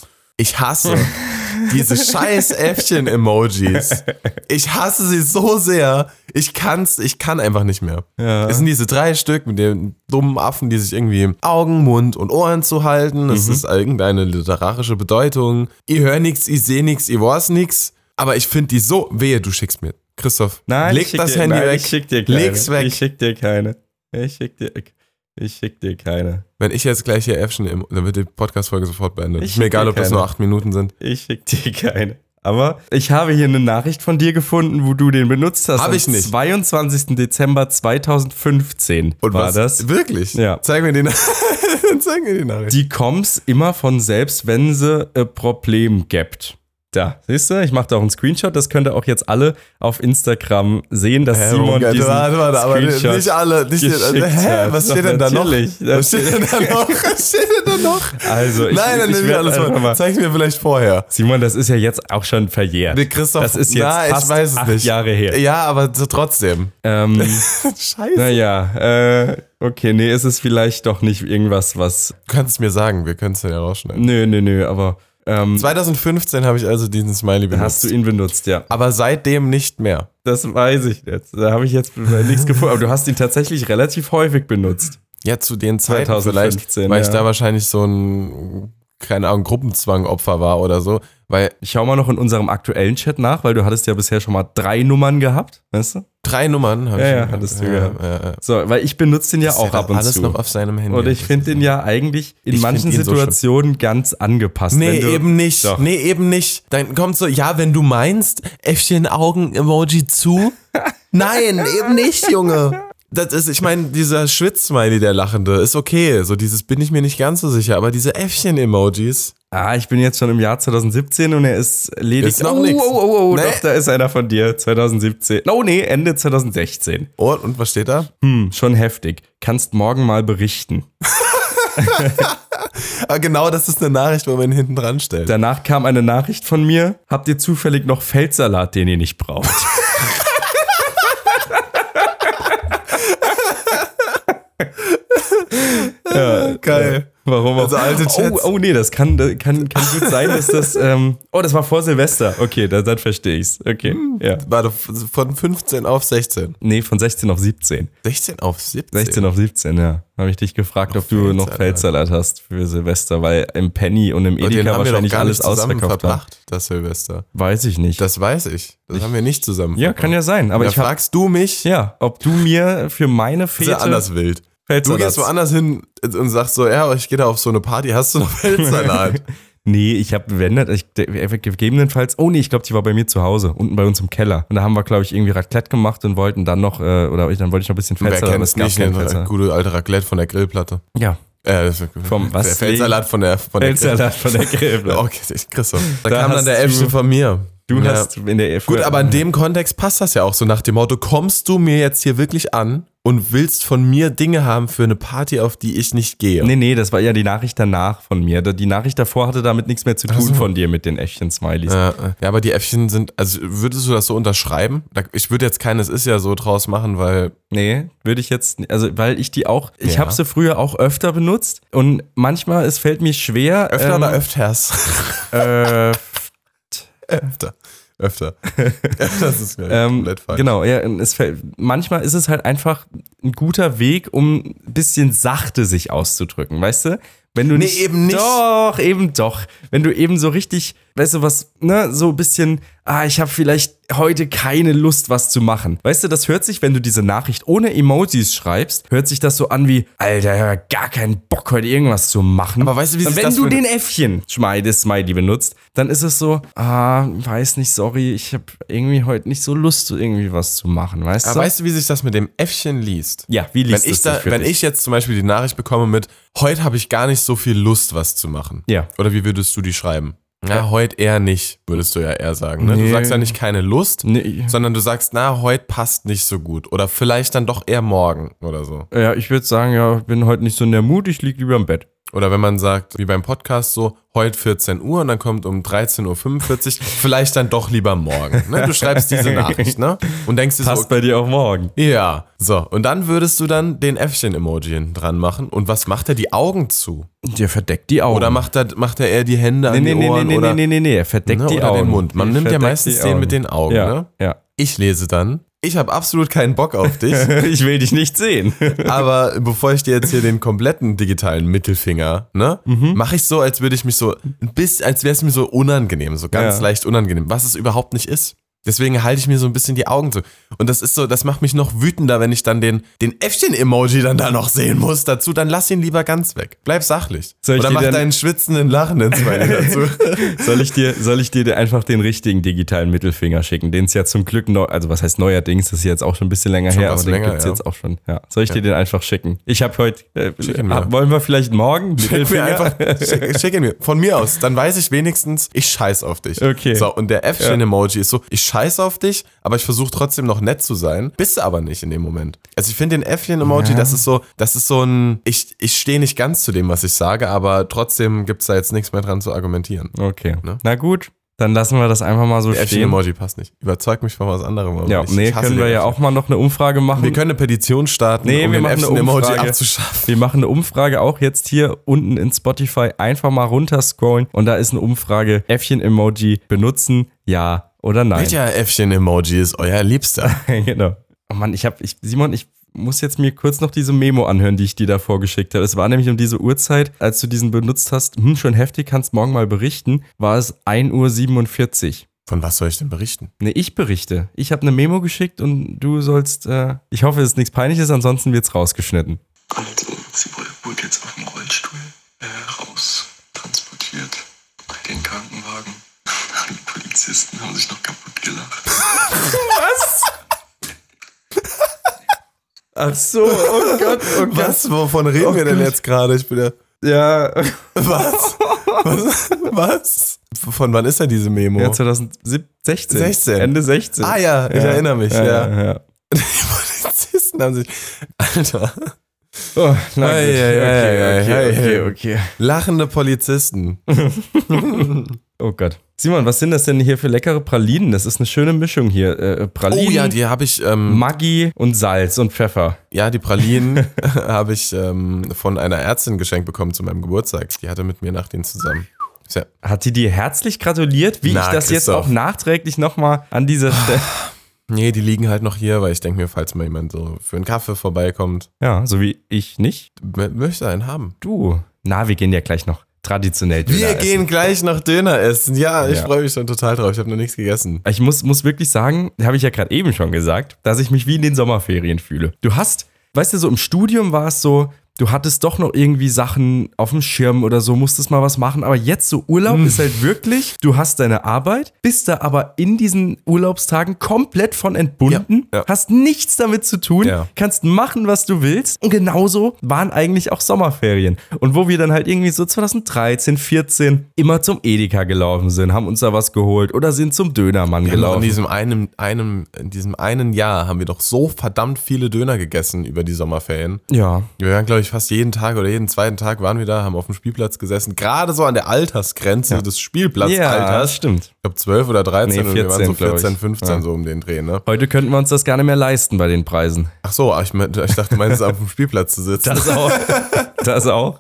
[SPEAKER 2] Ich hasse diese scheiß Äffchen-Emojis. Ich hasse sie so sehr. Ich kann's, ich kann einfach nicht mehr.
[SPEAKER 1] Ja.
[SPEAKER 2] Es sind diese drei Stück mit den dummen Affen, die sich irgendwie Augen, Mund und Ohren zuhalten. Es
[SPEAKER 1] Mhm.
[SPEAKER 2] ist irgendeine literarische Bedeutung. Ich höre nix, ich sehe nix, ich weiß nix. Aber ich finde die so, wehe, du schickst mir. Christoph,
[SPEAKER 1] Nein, ich
[SPEAKER 2] leg
[SPEAKER 1] schick
[SPEAKER 2] das
[SPEAKER 1] dir,
[SPEAKER 2] Handy
[SPEAKER 1] nein,
[SPEAKER 2] weg.
[SPEAKER 1] Ich schick dir keine.
[SPEAKER 2] Leg's weg.
[SPEAKER 1] Ich schick dir keine. Ich schick dir, ich schick dir keine.
[SPEAKER 2] Wenn ich jetzt gleich hier Äffchen im, dann wird die Podcast-Folge sofort beendet.
[SPEAKER 1] Ich
[SPEAKER 2] Ist mir egal,
[SPEAKER 1] will
[SPEAKER 2] ob das
[SPEAKER 1] keine.
[SPEAKER 2] nur acht Minuten sind.
[SPEAKER 1] Ich schick dir keine. Aber ich habe hier eine Nachricht von dir gefunden, wo du den benutzt hast.
[SPEAKER 2] Hab
[SPEAKER 1] Am
[SPEAKER 2] ich nicht.
[SPEAKER 1] 22. Dezember 2015 war das.
[SPEAKER 2] Wirklich?
[SPEAKER 1] Ja.
[SPEAKER 2] Zeig mir die, Na Zeig mir die Nachricht.
[SPEAKER 1] Die kommt's immer von selbst, wenn sie ein Problem gibt. Da, siehst du, ich mache da auch einen Screenshot, das könnt ihr auch jetzt alle auf Instagram sehen, dass Simon
[SPEAKER 2] Warte,
[SPEAKER 1] diesen
[SPEAKER 2] warte, warte, aber
[SPEAKER 1] Screenshot
[SPEAKER 2] nicht alle. Nicht
[SPEAKER 1] geschickt
[SPEAKER 2] hä?
[SPEAKER 1] hat.
[SPEAKER 2] Was
[SPEAKER 1] Doch,
[SPEAKER 2] steht denn da noch?
[SPEAKER 1] natürlich.
[SPEAKER 2] Was steht denn da noch? Was steht denn da noch?
[SPEAKER 1] Also, ich,
[SPEAKER 2] Nein, dann
[SPEAKER 1] ich,
[SPEAKER 2] nehme ich
[SPEAKER 1] werd
[SPEAKER 2] alles
[SPEAKER 1] einfach
[SPEAKER 2] mal.
[SPEAKER 1] mal.
[SPEAKER 2] Zeig mir vielleicht vorher.
[SPEAKER 1] Simon, das ist ja jetzt auch schon verjährt.
[SPEAKER 2] Nee, Christoph,
[SPEAKER 1] das ist jetzt
[SPEAKER 2] na,
[SPEAKER 1] fast
[SPEAKER 2] ich weiß es
[SPEAKER 1] acht
[SPEAKER 2] nicht.
[SPEAKER 1] Jahre her.
[SPEAKER 2] Ja, aber so trotzdem.
[SPEAKER 1] Ähm,
[SPEAKER 2] Scheiße.
[SPEAKER 1] naja, äh, okay, nee, ist es vielleicht doch nicht irgendwas, was.
[SPEAKER 2] Du kannst es mir sagen, wir können es ja rausschneiden.
[SPEAKER 1] Nö, nö, nö, aber ähm,
[SPEAKER 2] 2015 habe ich also diesen Smiley benutzt.
[SPEAKER 1] hast du ihn benutzt, ja.
[SPEAKER 2] aber seitdem nicht mehr.
[SPEAKER 1] Das weiß ich jetzt. Da habe ich jetzt nichts gefunden. Aber du hast ihn tatsächlich relativ häufig benutzt.
[SPEAKER 2] Ja, zu den Zeiten
[SPEAKER 1] 2015,
[SPEAKER 2] vielleicht, weil ich
[SPEAKER 1] ja.
[SPEAKER 2] da wahrscheinlich so ein, keine Ahnung, Gruppenzwangopfer war oder so, weil
[SPEAKER 1] Ich schau mal noch in unserem aktuellen Chat nach, weil du hattest ja bisher schon mal drei Nummern gehabt, weißt du?
[SPEAKER 2] drei Nummern habe
[SPEAKER 1] Ja,
[SPEAKER 2] ich.
[SPEAKER 1] ja,
[SPEAKER 2] schon
[SPEAKER 1] hattest du
[SPEAKER 2] gehabt.
[SPEAKER 1] gehabt.
[SPEAKER 2] ja, ja, ja.
[SPEAKER 1] So, weil ich benutze den ja
[SPEAKER 2] Ist
[SPEAKER 1] auch ab und
[SPEAKER 2] alles
[SPEAKER 1] zu.
[SPEAKER 2] noch auf seinem Handy.
[SPEAKER 1] und ich finde den ja eigentlich in
[SPEAKER 2] Ich
[SPEAKER 1] manchen
[SPEAKER 2] find ihn so
[SPEAKER 1] Situationen ganz angepasst.
[SPEAKER 2] Nee,
[SPEAKER 1] wenn du-
[SPEAKER 2] eben nicht.
[SPEAKER 1] Doch.
[SPEAKER 2] Nee, eben nicht. Dann kommt so, ja, wenn du meinst, Äffchen Augen Emoji zu. Nein, eben nicht, Junge. Das ist, ich meine, dieser Schwitz-Smiley, der lachende, ist okay. So dieses bin ich mir nicht ganz so sicher, aber diese Äffchen-Emojis.
[SPEAKER 1] Ah, ich bin jetzt schon im Jahr 2017 und er ist lediglich.
[SPEAKER 2] Ist noch
[SPEAKER 1] oh,
[SPEAKER 2] nix.
[SPEAKER 1] oh, oh, oh,
[SPEAKER 2] Nee.
[SPEAKER 1] doch, da ist einer von dir. 2017. Oh, nee, Ende 2016.
[SPEAKER 2] Oh, und was steht da?
[SPEAKER 1] Hm, schon heftig. Kannst morgen mal berichten.
[SPEAKER 2] Ah, genau, das ist eine Nachricht, wo man ihn hinten dran stellt.
[SPEAKER 1] Danach kam eine Nachricht von mir. Habt ihr zufällig noch Feldsalat, den ihr nicht braucht? ja,
[SPEAKER 2] Geil.
[SPEAKER 1] Äh, Warum auch?
[SPEAKER 2] Also alte Chats.
[SPEAKER 1] Oh, oh nee, das kann, das kann, kann gut sein, dass das. Ähm, oh, das war vor Silvester. Okay, dann, dann verstehe ich's. Okay.
[SPEAKER 2] Hm.
[SPEAKER 1] Ja.
[SPEAKER 2] Warte, f- von 15 auf 16.
[SPEAKER 1] Nee, von 16 auf 17.
[SPEAKER 2] 16 auf 17?
[SPEAKER 1] 16 auf 17, ja. Habe ich dich gefragt, ob du noch
[SPEAKER 2] Feldsalat.
[SPEAKER 1] Feldsalat hast für Silvester, weil im Penny und im
[SPEAKER 2] Und den
[SPEAKER 1] Edeka
[SPEAKER 2] haben wir doch
[SPEAKER 1] wahrscheinlich
[SPEAKER 2] gar
[SPEAKER 1] alles
[SPEAKER 2] nicht zusammen
[SPEAKER 1] ausverkauft ne? war.
[SPEAKER 2] verbracht, das Silvester.
[SPEAKER 1] Weiß ich nicht.
[SPEAKER 2] Das weiß ich. Das haben wir nicht zusammen
[SPEAKER 1] ja,
[SPEAKER 2] verbracht.
[SPEAKER 1] kann ja sein. Aber
[SPEAKER 2] da
[SPEAKER 1] ich habe
[SPEAKER 2] fragst du mich,
[SPEAKER 1] Ja, ob du mir für meine
[SPEAKER 2] ist ja
[SPEAKER 1] Fete
[SPEAKER 2] anders wild. Du
[SPEAKER 1] Feldsalat.
[SPEAKER 2] gehst woanders hin und sagst so, ja, aber ich gehe da auf so eine Party, hast du noch Feldsalat?
[SPEAKER 1] Nee, ich habe wendet, ich, de- gegebenenfalls, oh nee, ich glaube, die war bei mir zu Hause, unten bei uns im Keller. Und da haben wir, glaube ich, irgendwie Raclette gemacht und wollten dann noch, äh, oder ich, dann wollte ich noch ein bisschen
[SPEAKER 2] Wer
[SPEAKER 1] Feldsalat, aber
[SPEAKER 2] kennt
[SPEAKER 1] es
[SPEAKER 2] es
[SPEAKER 1] gab
[SPEAKER 2] nicht? ne?
[SPEAKER 1] keinen
[SPEAKER 2] Eine
[SPEAKER 1] Feldsalat.
[SPEAKER 2] gute alte Raclette von der Grillplatte.
[SPEAKER 1] Ja,
[SPEAKER 2] Äh,
[SPEAKER 1] Vom was
[SPEAKER 2] Der
[SPEAKER 1] du
[SPEAKER 2] Ja.
[SPEAKER 1] hast in der
[SPEAKER 2] Gut, aber in dem Kontext passt das ja auch so nach dem Motto, kommst du mir jetzt hier wirklich an und willst von mir Dinge haben für eine Party, auf die ich nicht gehe?
[SPEAKER 1] Nee, nee, das war ja die Nachricht danach von mir. Die Nachricht davor hatte damit nichts mehr zu tun von dir mit den Äffchen-Smileys.
[SPEAKER 2] Äh, äh, ja, aber die Äffchen sind, also würdest du das so unterschreiben? Da- Ich würde jetzt keines ist ja so draus machen, weil
[SPEAKER 1] Nee, würde ich jetzt, also weil ich die auch, ich
[SPEAKER 2] Ja.
[SPEAKER 1] habe sie früher auch öfter benutzt und manchmal, es fällt mir schwer.
[SPEAKER 2] öfter
[SPEAKER 1] ähm,
[SPEAKER 2] oder öfters?
[SPEAKER 1] öfter? Äh,
[SPEAKER 2] öfter. Öfter. das ist glaub ich,
[SPEAKER 1] ähm,
[SPEAKER 2] komplett falsch.
[SPEAKER 1] genau, ja, und es fällt, manchmal ist es halt einfach ein guter Weg, um ein bisschen sachte sich auszudrücken, weißt du? Wenn du
[SPEAKER 2] Nee,
[SPEAKER 1] nicht,
[SPEAKER 2] eben nicht.
[SPEAKER 1] Doch, eben doch. Wenn du eben so richtig, weißt du was, ne, so ein bisschen, ah, ich habe vielleicht heute keine Lust, was zu machen. Weißt du, das hört sich, wenn du diese Nachricht ohne Emojis schreibst, hört sich das so an wie, Alter, ich hab gar keinen Bock, heute irgendwas zu machen.
[SPEAKER 2] Aber weißt du, wie
[SPEAKER 1] Und
[SPEAKER 2] sich
[SPEAKER 1] wenn
[SPEAKER 2] das
[SPEAKER 1] du
[SPEAKER 2] für-
[SPEAKER 1] den Äffchen Schmeide Smiley benutzt, dann ist es so, ah, weiß nicht, sorry, ich habe irgendwie heute nicht so Lust, so irgendwie was zu machen, weißt
[SPEAKER 2] Aber
[SPEAKER 1] du?
[SPEAKER 2] Ah, weißt du, wie sich das mit dem Äffchen liest?
[SPEAKER 1] ja, wie
[SPEAKER 2] Wenn
[SPEAKER 1] liest
[SPEAKER 2] ich,
[SPEAKER 1] es
[SPEAKER 2] da,
[SPEAKER 1] sich für
[SPEAKER 2] wenn
[SPEAKER 1] dich?
[SPEAKER 2] ich jetzt zum Beispiel die Nachricht bekomme mit, heute habe ich gar nicht so viel Lust, was zu machen.
[SPEAKER 1] Ja.
[SPEAKER 2] Oder wie würdest du die schreiben? Na, heute eher nicht, würdest du ja eher sagen. Ne? Du
[SPEAKER 1] Nee.
[SPEAKER 2] sagst ja nicht keine Lust,
[SPEAKER 1] Nee.
[SPEAKER 2] sondern du sagst, na, heute passt nicht so gut. Oder vielleicht dann doch eher morgen oder so.
[SPEAKER 1] Ja, ich würde sagen, ja, ich bin heute nicht so in der Mut, ich lieg lieber im Bett.
[SPEAKER 2] Oder wenn man sagt, wie beim Podcast so, heute 14 Uhr und dann kommt um 13.45 Uhr, vielleicht dann doch lieber morgen. Ne? Du schreibst diese Nachricht, ne? Und denkst dir so,
[SPEAKER 1] Passt bei dir auch morgen.
[SPEAKER 2] Ja, so. Und dann würdest du dann den Äffchen-Emoji hinten dran machen. Und was macht er? Die Augen zu.
[SPEAKER 1] Der verdeckt die Augen.
[SPEAKER 2] Oder macht er, macht er eher die Hände
[SPEAKER 1] nee,
[SPEAKER 2] an
[SPEAKER 1] Oh. nee,
[SPEAKER 2] die
[SPEAKER 1] nee, nee,
[SPEAKER 2] Ohren?
[SPEAKER 1] nee,
[SPEAKER 2] oder,
[SPEAKER 1] nee, nee, nee, er verdeckt
[SPEAKER 2] ne,
[SPEAKER 1] die
[SPEAKER 2] oder
[SPEAKER 1] Augen.
[SPEAKER 2] den Mund. Man
[SPEAKER 1] Er
[SPEAKER 2] nimmt ja
[SPEAKER 1] verdeckt
[SPEAKER 2] meistens
[SPEAKER 1] die
[SPEAKER 2] den mit den Augen,
[SPEAKER 1] ja,
[SPEAKER 2] ne?
[SPEAKER 1] Ja.
[SPEAKER 2] Ich lese dann, ich habe absolut keinen Bock auf dich,
[SPEAKER 1] Ich will dich nicht sehen.
[SPEAKER 2] aber bevor ich dir jetzt hier den kompletten digitalen Mittelfinger, ne,
[SPEAKER 1] Mhm.
[SPEAKER 2] mache ich so, als würde ich mich so, ein bisschen, als wäre es mir so unangenehm, so ganz
[SPEAKER 1] Ja.
[SPEAKER 2] leicht unangenehm, was es überhaupt nicht ist. Deswegen halte ich mir so ein bisschen die Augen zu. Und das ist so, das macht mich noch wütender, wenn ich dann den, den Äffchen-Emoji dann da noch sehen muss dazu. Dann lass ihn lieber ganz weg. Bleib sachlich.
[SPEAKER 1] Soll ich
[SPEAKER 2] Oder
[SPEAKER 1] dir
[SPEAKER 2] mach
[SPEAKER 1] dann-
[SPEAKER 2] deinen schwitzenden Lachen ins Bein dazu.
[SPEAKER 1] Soll ich dir, soll ich dir einfach den richtigen digitalen Mittelfinger schicken, den es ja zum Glück neu, also was heißt neuerdings, das ist jetzt auch schon ein bisschen länger her,
[SPEAKER 2] was
[SPEAKER 1] aber den
[SPEAKER 2] länger,
[SPEAKER 1] gibt's
[SPEAKER 2] ja.
[SPEAKER 1] jetzt auch schon. Ja. Soll ich dir den einfach schicken? Ich habe heute, äh,
[SPEAKER 2] ihn mir.
[SPEAKER 1] hab- wollen wir vielleicht morgen
[SPEAKER 2] Schick mir einfach, schick, schick ihn mir. Von mir aus. Dann weiß ich wenigstens, ich scheiß auf dich.
[SPEAKER 1] Okay.
[SPEAKER 2] So, und der Äffchen-Emoji ist so, ich scheiß auf dich, aber ich versuche trotzdem noch nett zu sein. Bist du aber nicht in dem Moment. Also ich finde den Äffchen-Emoji, das ist so, das ist so ein, ich, ich stehe nicht ganz zu dem, was ich sage, aber trotzdem gibt's da jetzt nichts mehr dran zu argumentieren.
[SPEAKER 1] Okay.
[SPEAKER 2] Ne?
[SPEAKER 1] Na gut, dann lassen wir das einfach mal so
[SPEAKER 2] Der
[SPEAKER 1] stehen.
[SPEAKER 2] Äffchen-Emoji passt nicht. Überzeug mich von was anderem. aber
[SPEAKER 1] Ja,
[SPEAKER 2] ich-
[SPEAKER 1] nee,
[SPEAKER 2] ich hasse
[SPEAKER 1] können wir
[SPEAKER 2] den
[SPEAKER 1] ja
[SPEAKER 2] Äffchen.
[SPEAKER 1] auch mal noch eine Umfrage machen.
[SPEAKER 2] Wir können eine Petition starten,
[SPEAKER 1] Nee,
[SPEAKER 2] um
[SPEAKER 1] wir
[SPEAKER 2] den
[SPEAKER 1] machen eine
[SPEAKER 2] Äffchen-Emoji
[SPEAKER 1] Umfrage.
[SPEAKER 2] abzuschaffen.
[SPEAKER 1] Wir machen eine Umfrage auch jetzt hier unten in Spotify. Einfach mal runterscrollen und da ist eine Umfrage. Äffchen-Emoji benutzen, ja oder nein.
[SPEAKER 2] Welcher Äffchen-Emoji ist euer Liebster?
[SPEAKER 1] genau. Oh Mann, ich habe, ich, Simon, ich muss jetzt mir kurz noch diese Memo anhören, die ich dir davor geschickt habe. Es war nämlich um diese Uhrzeit, als du diesen benutzt hast, hm, schon heftig, kannst morgen mal berichten, war es 1.47 Uhr.
[SPEAKER 2] Von was soll ich denn berichten?
[SPEAKER 1] Ne, ich berichte. Ich habe eine Memo geschickt und du sollst, äh, ich hoffe, es ist nichts Peinliches, ansonsten wird's rausgeschnitten.
[SPEAKER 3] Also, sie wurde, wurde jetzt auf dem Rollstuhl äh, raus transportiert. Bei den Krankenwagen. Die Polizisten haben sich noch kaputt gelacht.
[SPEAKER 1] Ach so, oh Gott, oh Gott.
[SPEAKER 2] Was? Wovon reden wir denn jetzt gerade? Ich bin ja.
[SPEAKER 1] Ja,
[SPEAKER 2] Oh. Was? was? Was? Von wann ist denn diese Memo?
[SPEAKER 1] ja 2016.
[SPEAKER 2] 16.
[SPEAKER 1] Ende 16.
[SPEAKER 2] ah ja, ich erinnere mich, ja.
[SPEAKER 1] ja. ja.
[SPEAKER 2] Die Polizisten haben sich. Alter.
[SPEAKER 1] Oh, na gut.
[SPEAKER 2] Ei, ei, ei, ei,
[SPEAKER 1] okay, okay,
[SPEAKER 2] ei.
[SPEAKER 1] okay.
[SPEAKER 2] Lachende Polizisten.
[SPEAKER 1] Oh Gott. Simon, was sind das denn hier für leckere Pralinen? Das ist eine schöne Mischung hier. Äh,
[SPEAKER 2] Oh
[SPEAKER 1] Pralinen,
[SPEAKER 2] ja, die habe ich. Ähm,
[SPEAKER 1] Maggi und Salz und Pfeffer.
[SPEAKER 2] ja, die Pralinen habe ich ähm, von einer Ärztin geschenkt bekommen zu meinem Geburtstag. Die hatte mit mir nach denen zusammen. Tja.
[SPEAKER 1] Hat die dir herzlich gratuliert, wie
[SPEAKER 2] Na,
[SPEAKER 1] ich das jetzt
[SPEAKER 2] Christoph.
[SPEAKER 1] auch nachträglich nochmal an dieser Stelle.
[SPEAKER 2] Nee, die liegen halt noch hier, weil ich denke mir, falls mal jemand so für einen Kaffee vorbeikommt,
[SPEAKER 1] Ja, so wie ich nicht.
[SPEAKER 2] m- möchte einen haben.
[SPEAKER 1] Du. Na, wir gehen ja gleich noch traditionell Döner
[SPEAKER 2] Wir
[SPEAKER 1] essen.
[SPEAKER 2] gehen gleich noch Döner essen. Ja, ich
[SPEAKER 1] Ja.
[SPEAKER 2] freue mich schon total drauf. Ich habe noch nichts gegessen.
[SPEAKER 1] Ich muss, muss wirklich sagen, habe ich ja gerade eben schon gesagt, dass ich mich wie in den Sommerferien fühle. Du hast, weißt du, so im Studium war es so, du hattest doch noch irgendwie Sachen auf dem Schirm oder so, musstest mal was machen. Aber jetzt so Urlaub ist halt wirklich, du hast deine Arbeit, bist da aber in diesen Urlaubstagen komplett von entbunden,
[SPEAKER 2] Ja, ja.
[SPEAKER 1] hast nichts damit zu tun,
[SPEAKER 2] Ja.
[SPEAKER 1] kannst machen, was du willst. Und genauso waren eigentlich auch Sommerferien. Und wo wir dann halt irgendwie so 2013, 14 immer zum Edeka gelaufen sind, haben uns da was geholt oder sind zum Dönermann
[SPEAKER 2] Genau. In
[SPEAKER 1] gelaufen.
[SPEAKER 2] diesem, einem, einem, in diesem einen Jahr haben wir doch so verdammt viele Döner gegessen über die Sommerferien.
[SPEAKER 1] Ja,
[SPEAKER 2] Wir waren, glaube ich, fast jeden Tag oder jeden zweiten Tag waren wir da, haben auf dem Spielplatz gesessen. Gerade so an der Altersgrenze des
[SPEAKER 1] ja
[SPEAKER 2] Spielplatzalters.
[SPEAKER 1] stimmt.
[SPEAKER 2] Ich glaube, 12 oder 13
[SPEAKER 1] Nee,
[SPEAKER 2] und wir waren so
[SPEAKER 1] 14, glaub ich.
[SPEAKER 2] 14, 15
[SPEAKER 1] Ja.
[SPEAKER 2] so um den Dreh, ne?
[SPEAKER 1] Heute könnten wir uns das gar nicht mehr leisten bei den Preisen.
[SPEAKER 2] Ach so, ich, meinte- ich dachte, du meinst auf dem Spielplatz zu sitzen.
[SPEAKER 1] auch. Das auch.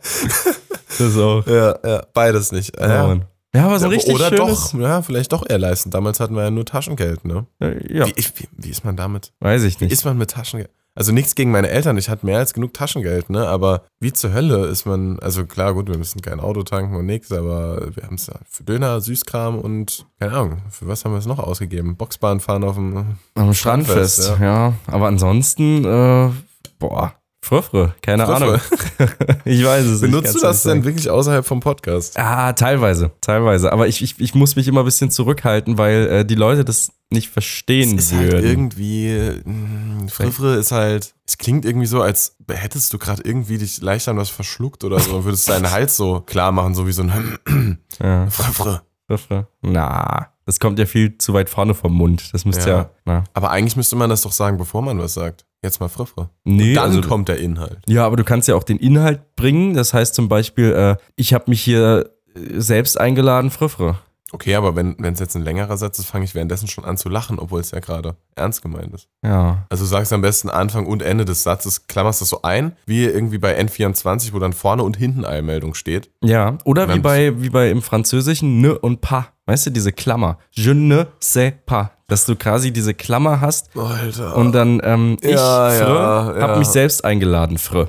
[SPEAKER 1] Das auch.
[SPEAKER 2] ja, ja, beides nicht.
[SPEAKER 1] Ja, Mann. ja aber so
[SPEAKER 2] Ja,
[SPEAKER 1] ein richtig
[SPEAKER 2] Oder
[SPEAKER 1] schönes,
[SPEAKER 2] doch, ja, vielleicht doch eher leisten. Damals hatten wir ja nur Taschengeld, ne?
[SPEAKER 1] Äh, Ja,
[SPEAKER 2] Wie, ich, wie, wie ist man damit?
[SPEAKER 1] weiß ich
[SPEAKER 2] Wie
[SPEAKER 1] nicht.
[SPEAKER 2] ist man mit Taschengeld? Also nichts gegen meine Eltern, ich hatte mehr als genug Taschengeld, ne? Aber wie zur Hölle ist man, also klar, gut, wir müssen kein Auto tanken und nix, aber wir haben es ja für Döner, Süßkram und keine Ahnung, für was haben wir es noch ausgegeben? Boxbahn fahren auf dem
[SPEAKER 1] Am Strandfest,
[SPEAKER 2] Strandfest,
[SPEAKER 1] ja. Aber ansonsten, äh, boah, Fröfre, keine
[SPEAKER 2] Fröfre.
[SPEAKER 1] Ahnung. ich weiß es nicht.
[SPEAKER 2] Benutzt
[SPEAKER 1] kann's nicht
[SPEAKER 2] du das
[SPEAKER 1] sagen.
[SPEAKER 2] denn wirklich außerhalb vom Podcast?
[SPEAKER 1] Ah, teilweise, teilweise. Aber ich, ich, ich muss mich immer ein bisschen zurückhalten, weil äh, die Leute das nicht verstehen
[SPEAKER 2] Ist halt
[SPEAKER 1] würden.
[SPEAKER 2] irgendwie, mh, Friffre ist halt, es klingt irgendwie so, als hättest du gerade irgendwie dich leicht an was verschluckt oder so und würdest deinen Hals so klar machen, so wie so ein
[SPEAKER 1] ja,
[SPEAKER 2] Friffre.
[SPEAKER 1] Fröfre. Na, das kommt ja viel zu weit vorne vom Mund. Das müsste ja.
[SPEAKER 2] Ja.
[SPEAKER 1] na.
[SPEAKER 2] Aber eigentlich müsste man das doch sagen, bevor man was sagt. Jetzt mal Friffre.
[SPEAKER 1] Nee,
[SPEAKER 2] Dann
[SPEAKER 1] also-
[SPEAKER 2] kommt der Inhalt.
[SPEAKER 1] Ja, aber du kannst ja auch den Inhalt bringen. Das heißt zum Beispiel, äh, ich habe mich hier äh, selbst eingeladen, Fröfre.
[SPEAKER 2] Okay, aber wenn es jetzt ein längerer Satz ist, fange ich währenddessen schon an zu lachen, obwohl es ja gerade ernst gemeint ist.
[SPEAKER 1] Ja.
[SPEAKER 2] Also du sagst am besten Anfang und Ende des Satzes, klammerst das so ein, wie irgendwie bei N24, wo dann vorne und hinten Eilmeldung steht.
[SPEAKER 1] Ja. Oder wie
[SPEAKER 2] Dann-
[SPEAKER 1] bei, wie bei im Französischen ne und pas. Weißt du, diese Klammer. Je ne sais pas. Dass du quasi diese Klammer hast
[SPEAKER 2] Alter.
[SPEAKER 1] und dann ähm, ich,
[SPEAKER 2] Ja,
[SPEAKER 1] Frö,
[SPEAKER 2] ja,
[SPEAKER 1] hab
[SPEAKER 2] ja.
[SPEAKER 1] mich selbst eingeladen, Frö.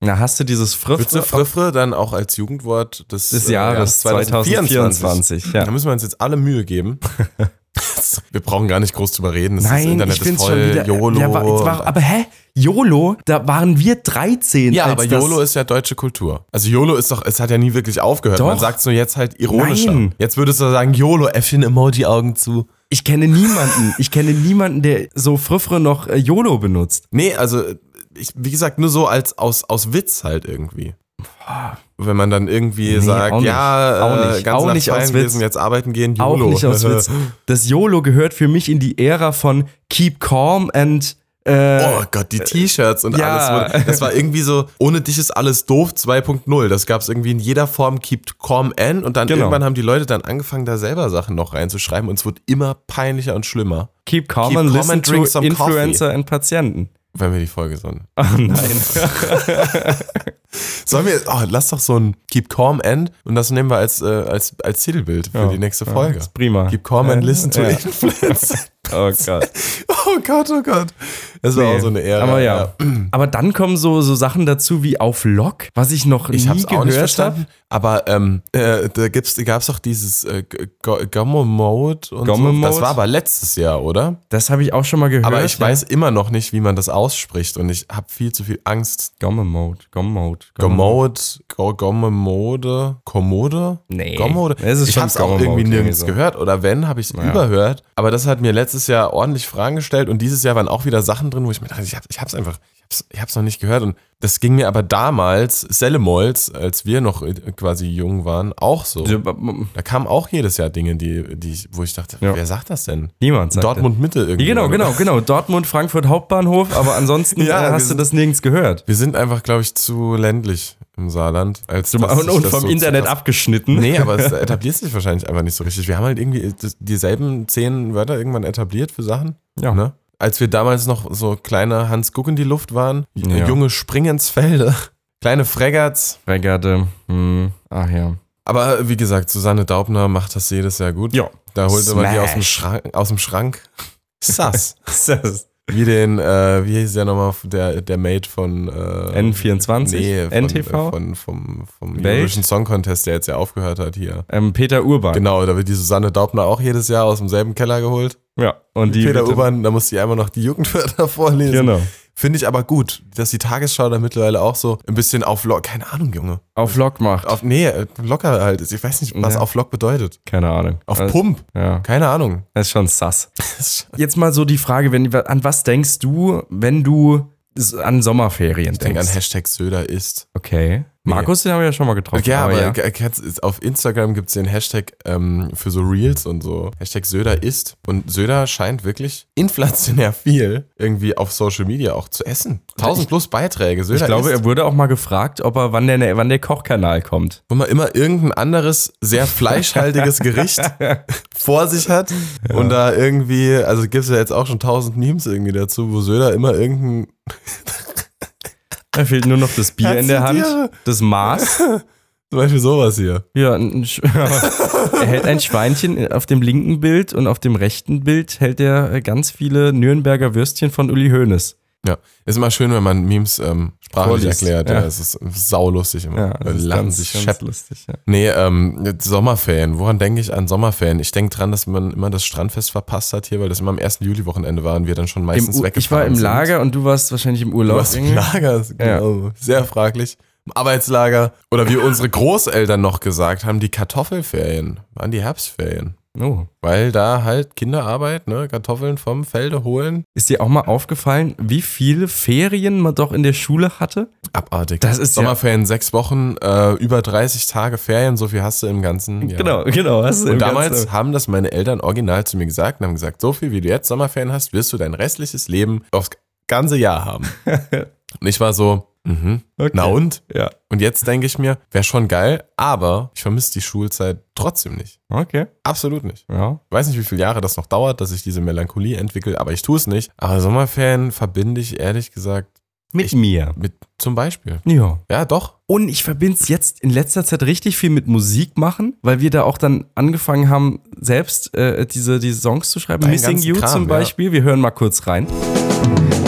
[SPEAKER 1] Na, hast du dieses Frö?
[SPEAKER 2] Würdest du Friffre dann auch als Jugendwort des,
[SPEAKER 1] Des
[SPEAKER 2] äh,
[SPEAKER 1] Jahres 2024, ja.
[SPEAKER 2] Da müssen wir uns jetzt alle Mühe geben. wir brauchen gar nicht groß drüber reden. Das
[SPEAKER 1] Nein, ich bin's schon wieder.
[SPEAKER 2] YOLO.
[SPEAKER 1] Ja, war, jetzt war,
[SPEAKER 2] und
[SPEAKER 1] aber hä? YOLO? Da waren wir 13.
[SPEAKER 2] Ja,
[SPEAKER 1] als
[SPEAKER 2] aber
[SPEAKER 1] das-
[SPEAKER 2] YOLO ist ja deutsche Kultur. Also YOLO ist doch, es hat ja nie wirklich aufgehört. Man
[SPEAKER 1] Doch.
[SPEAKER 2] sagt es nur jetzt halt ironischer.
[SPEAKER 1] Nein.
[SPEAKER 2] Jetzt würdest du sagen, YOLO, Äffchen, Emoji, Augen zu.
[SPEAKER 1] Ich kenne niemanden. Ich kenne niemanden, der so Fröfre noch äh, YOLO benutzt.
[SPEAKER 2] Nee, also, ich, wie gesagt, nur so als aus, aus Witz halt irgendwie. Wenn man dann irgendwie
[SPEAKER 1] auch
[SPEAKER 2] sagt,
[SPEAKER 1] nicht. Auch
[SPEAKER 2] ja, äh,
[SPEAKER 1] nicht.
[SPEAKER 2] ganz
[SPEAKER 1] Auch
[SPEAKER 2] nach
[SPEAKER 1] nicht
[SPEAKER 2] Feiern
[SPEAKER 1] aus
[SPEAKER 2] gewesen,
[SPEAKER 1] Witz.
[SPEAKER 2] jetzt arbeiten gehen,
[SPEAKER 1] Auch
[SPEAKER 2] YOLO.
[SPEAKER 1] nicht aus Witz. Das YOLO gehört für mich in die Ära von Keep Calm and äh,
[SPEAKER 2] Oh Gott, die T-Shirts und
[SPEAKER 1] Ja.
[SPEAKER 2] alles. wurde- Das war irgendwie so, ohne dich ist alles doof 2.0. Das gab es irgendwie in jeder Form, keep calm and. Und dann
[SPEAKER 1] Genau.
[SPEAKER 2] irgendwann haben die Leute dann angefangen, da selber Sachen noch reinzuschreiben. Und es wurde immer peinlicher und schlimmer,
[SPEAKER 1] Keep Calm
[SPEAKER 2] Keep
[SPEAKER 1] and
[SPEAKER 2] calm
[SPEAKER 1] Listen
[SPEAKER 2] and drink
[SPEAKER 1] to
[SPEAKER 2] some
[SPEAKER 1] Influencer and Patienten.
[SPEAKER 2] wenn wir die Folge sollen.
[SPEAKER 1] Oh nein.
[SPEAKER 2] Sollen wir, oh, lass doch so ein keep calm and und das nehmen wir als, äh, als, als Titelbild für
[SPEAKER 1] Ja.
[SPEAKER 2] die nächste Folge.
[SPEAKER 1] ist prima.
[SPEAKER 2] Keep calm and
[SPEAKER 1] Ja.
[SPEAKER 2] listen to
[SPEAKER 1] Ja.
[SPEAKER 2] influencer.
[SPEAKER 1] Oh Gott.
[SPEAKER 2] Oh Gott, oh Gott. Das war
[SPEAKER 1] Nee.
[SPEAKER 2] auch so eine Ehre.
[SPEAKER 1] Aber ja. Aber dann kommen so, so Sachen dazu wie auf Lock, was ich noch
[SPEAKER 2] Ich
[SPEAKER 1] nie
[SPEAKER 2] hab's auch
[SPEAKER 1] gehört
[SPEAKER 2] nicht
[SPEAKER 1] habe.
[SPEAKER 2] verstanden. Aber ähm, äh, da gibt's, gab's doch dieses äh, G- G- Gommo Mode und
[SPEAKER 1] Gommo
[SPEAKER 2] so. Das
[SPEAKER 1] Mode?
[SPEAKER 2] war aber letztes Jahr, oder?
[SPEAKER 1] Das habe ich auch schon mal gehört.
[SPEAKER 2] Aber ich weiß immer noch nicht, wie man das ausspricht und ich habe viel zu viel Angst.
[SPEAKER 1] Gomme Mode, Gomme Mode,
[SPEAKER 2] Gommode, Go- Gomme Mode, Kommode?
[SPEAKER 1] Nee.
[SPEAKER 2] Gommode?
[SPEAKER 1] Es ist
[SPEAKER 2] ich
[SPEAKER 1] schon
[SPEAKER 2] hab's auch
[SPEAKER 1] Gomme
[SPEAKER 2] irgendwie
[SPEAKER 1] Mode,
[SPEAKER 2] nirgends
[SPEAKER 1] irgendwie so.
[SPEAKER 2] gehört oder wenn, habe ich überhört. Aber das hat mir letztes Jahr ordentlich Fragen gestellt und dieses Jahr waren auch wieder Sachen drin, wo ich mir dachte, ich, hab, ich hab's einfach, ich hab's, ich hab's noch nicht gehört. Und das ging mir aber damals, Sellemols, als wir noch äh, quasi jung waren, auch so. Da kamen auch jedes Jahr Dinge, die, die ich, wo ich dachte,
[SPEAKER 1] Ja.
[SPEAKER 2] wer sagt das denn?
[SPEAKER 1] Niemand sagt
[SPEAKER 2] Dortmund-Mitte irgendwie.
[SPEAKER 1] Genau,
[SPEAKER 2] oder?
[SPEAKER 1] genau, genau. Dortmund, Frankfurt Hauptbahnhof, aber ansonsten
[SPEAKER 2] Ja,
[SPEAKER 1] äh,
[SPEAKER 2] wir
[SPEAKER 1] hast du
[SPEAKER 2] sind-
[SPEAKER 1] das nirgends gehört.
[SPEAKER 2] Wir sind einfach, glaube ich, zu ländlich im Saarland. Als
[SPEAKER 1] Du,
[SPEAKER 2] dass
[SPEAKER 1] und
[SPEAKER 2] sich
[SPEAKER 1] und
[SPEAKER 2] das
[SPEAKER 1] vom
[SPEAKER 2] so
[SPEAKER 1] Internet
[SPEAKER 2] krass-
[SPEAKER 1] abgeschnitten.
[SPEAKER 2] Nee, aber es etabliert sich wahrscheinlich einfach nicht so richtig. Wir haben halt irgendwie das- dieselben zehn Wörter irgendwann etabliert für Sachen.
[SPEAKER 1] Ja.
[SPEAKER 2] Ne? Als wir damals noch so kleine Hans Guck in die Luft waren, j-
[SPEAKER 1] Ja.
[SPEAKER 2] junge Springensfelde, kleine Fregatts.
[SPEAKER 1] Fregatte, hm, ach ja.
[SPEAKER 2] Aber wie gesagt, Susanne Daubner macht das jedes Jahr gut.
[SPEAKER 1] Ja.
[SPEAKER 2] Da holt man die aus dem
[SPEAKER 1] Smash.
[SPEAKER 2] Schrank. Aus dem Schrank. Sass.
[SPEAKER 1] Das
[SPEAKER 2] Wie den, äh, wie hieß der nochmal, der, der Mate von äh,
[SPEAKER 1] N24?
[SPEAKER 2] Nee, von,
[SPEAKER 1] NTV?
[SPEAKER 2] äh, Von, vom, vom
[SPEAKER 1] Welt?
[SPEAKER 2] Eurovision Song Contest, der jetzt ja aufgehört hat hier.
[SPEAKER 1] ähm, Peter Urban.
[SPEAKER 2] Genau, da wird die Susanne Daubner auch jedes Jahr aus demselben Keller geholt.
[SPEAKER 1] Ja. Und die
[SPEAKER 2] Peter
[SPEAKER 1] bitte-
[SPEAKER 2] Urban, da muss die einmal noch die Jugendwörter vorlesen.
[SPEAKER 1] Genau.
[SPEAKER 2] Finde ich aber gut, dass die Tagesschau da mittlerweile auch so ein bisschen auf Lock, keine Ahnung, Junge.
[SPEAKER 1] Auf Lock macht.
[SPEAKER 2] Auf, nee, äh, locker halt ist. Ich weiß nicht, was
[SPEAKER 1] Ja.
[SPEAKER 2] auf Lock bedeutet.
[SPEAKER 1] Keine Ahnung.
[SPEAKER 2] Auf
[SPEAKER 1] Also,
[SPEAKER 2] Pump.
[SPEAKER 1] Ja,
[SPEAKER 2] Keine Ahnung.
[SPEAKER 1] das ist schon sass. Jetzt mal so die Frage, wenn, an was denkst du, wenn du s- an Sommerferien
[SPEAKER 2] Ich denke an
[SPEAKER 1] denkst?
[SPEAKER 2] Hashtag Söder ist.
[SPEAKER 1] okay. Markus, den haben wir ja schon mal getroffen.
[SPEAKER 2] Ja, aber
[SPEAKER 1] ja.
[SPEAKER 2] g- kennst- ist- auf Instagram gibt es den Hashtag ähm, für so Reels und so. Hashtag Söder ist. Und Söder scheint wirklich inflationär viel irgendwie auf Social Media auch zu essen. Tausend plus Beiträge. Söder
[SPEAKER 1] Also Ich glaube,
[SPEAKER 2] ist.
[SPEAKER 1] er wurde auch mal gefragt, ob er, wann der, wann der Kochkanal kommt.
[SPEAKER 2] wo man immer irgendein anderes, sehr fleischhaltiges Gericht vor sich hat. Und da irgendwie, also gibt es ja jetzt auch schon tausend Memes irgendwie dazu, wo Söder immer irgendein
[SPEAKER 1] Da fehlt nur noch das Bier in der Hand,
[SPEAKER 2] Herzentiere.
[SPEAKER 1] das Maß.
[SPEAKER 2] Zum Beispiel sowas hier.
[SPEAKER 1] Ja, ein Sch- er hält ein Schweinchen auf dem linken Bild und auf dem rechten Bild hält er äh, ganz viele Nürnberger Würstchen von Uli Hoeneß.
[SPEAKER 2] Ja, ist immer schön, wenn man Memes ähm, sprachlich
[SPEAKER 1] Vorliest,
[SPEAKER 2] erklärt.
[SPEAKER 1] ja.
[SPEAKER 2] Ja. es ist saulustig immer.
[SPEAKER 1] Ja,
[SPEAKER 2] Dann lachen sich schepp.
[SPEAKER 1] lustig. Ja.
[SPEAKER 2] Nee, ähm, jetzt Sommerferien. Woran denke ich an Sommerferien? Ich denke dran, dass man immer das Strandfest verpasst hat hier, weil das immer am 1. Juli-Wochenende war und wir dann schon
[SPEAKER 1] Im
[SPEAKER 2] meistens
[SPEAKER 1] U- ich war
[SPEAKER 2] weggefahren
[SPEAKER 1] im
[SPEAKER 2] sind.
[SPEAKER 1] Lager und du warst wahrscheinlich im Urlaub.
[SPEAKER 2] Du warst im
[SPEAKER 1] Inge.
[SPEAKER 2] Lager, genau. Sehr fraglich. Im Arbeitslager. Oder wie unsere Großeltern noch gesagt haben, die Kartoffelferien waren die Herbstferien.
[SPEAKER 1] Oh.
[SPEAKER 2] Weil da halt Kinderarbeit, ne, Kartoffeln vom Felde holen.
[SPEAKER 1] Ist dir auch mal aufgefallen, wie viele Ferien man doch in der Schule hatte?
[SPEAKER 2] Abartig.
[SPEAKER 1] Das ist ja-
[SPEAKER 2] Sommerferien, sechs Wochen, äh, über 30 Tage Ferien, so viel hast du im ganzen Jahr.
[SPEAKER 1] genau. hast du
[SPEAKER 2] Und
[SPEAKER 1] im
[SPEAKER 2] damals
[SPEAKER 1] Ganzen-
[SPEAKER 2] haben das meine Eltern original zu mir gesagt und haben gesagt, so viel wie du jetzt Sommerferien hast, wirst du dein restliches Leben aufs ganze Jahr haben. und ich war so, mhm,
[SPEAKER 1] Okay.
[SPEAKER 2] na und?
[SPEAKER 1] Ja.
[SPEAKER 2] Und jetzt denke ich mir, wäre schon geil, aber ich vermisse die Schulzeit trotzdem nicht.
[SPEAKER 1] Okay.
[SPEAKER 2] Absolut nicht.
[SPEAKER 1] Ja.
[SPEAKER 2] Ich weiß nicht, wie viele Jahre das noch dauert, dass ich diese Melancholie entwickle, aber ich tue es nicht. Aber Sommerferien verbinde ich ehrlich gesagt
[SPEAKER 1] Mit
[SPEAKER 2] Ich-
[SPEAKER 1] mir.
[SPEAKER 2] mit zum Beispiel.
[SPEAKER 1] Ja.
[SPEAKER 2] Ja, doch.
[SPEAKER 1] Und ich verbinde es jetzt in letzter Zeit richtig viel mit Musik machen, weil wir da auch dann angefangen haben, selbst äh, diese, diese Songs zu schreiben.
[SPEAKER 2] Deinen
[SPEAKER 1] Missing
[SPEAKER 2] ganzen
[SPEAKER 1] You
[SPEAKER 2] Kram,
[SPEAKER 1] zum
[SPEAKER 2] ja.
[SPEAKER 1] Beispiel. Wir hören mal kurz rein.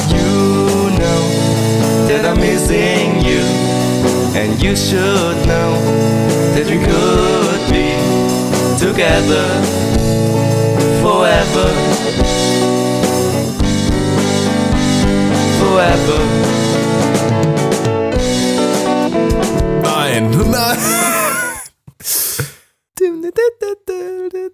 [SPEAKER 5] You know that I'm missing you, and you should know that we could be together forever. Forever.
[SPEAKER 2] Nein, nein.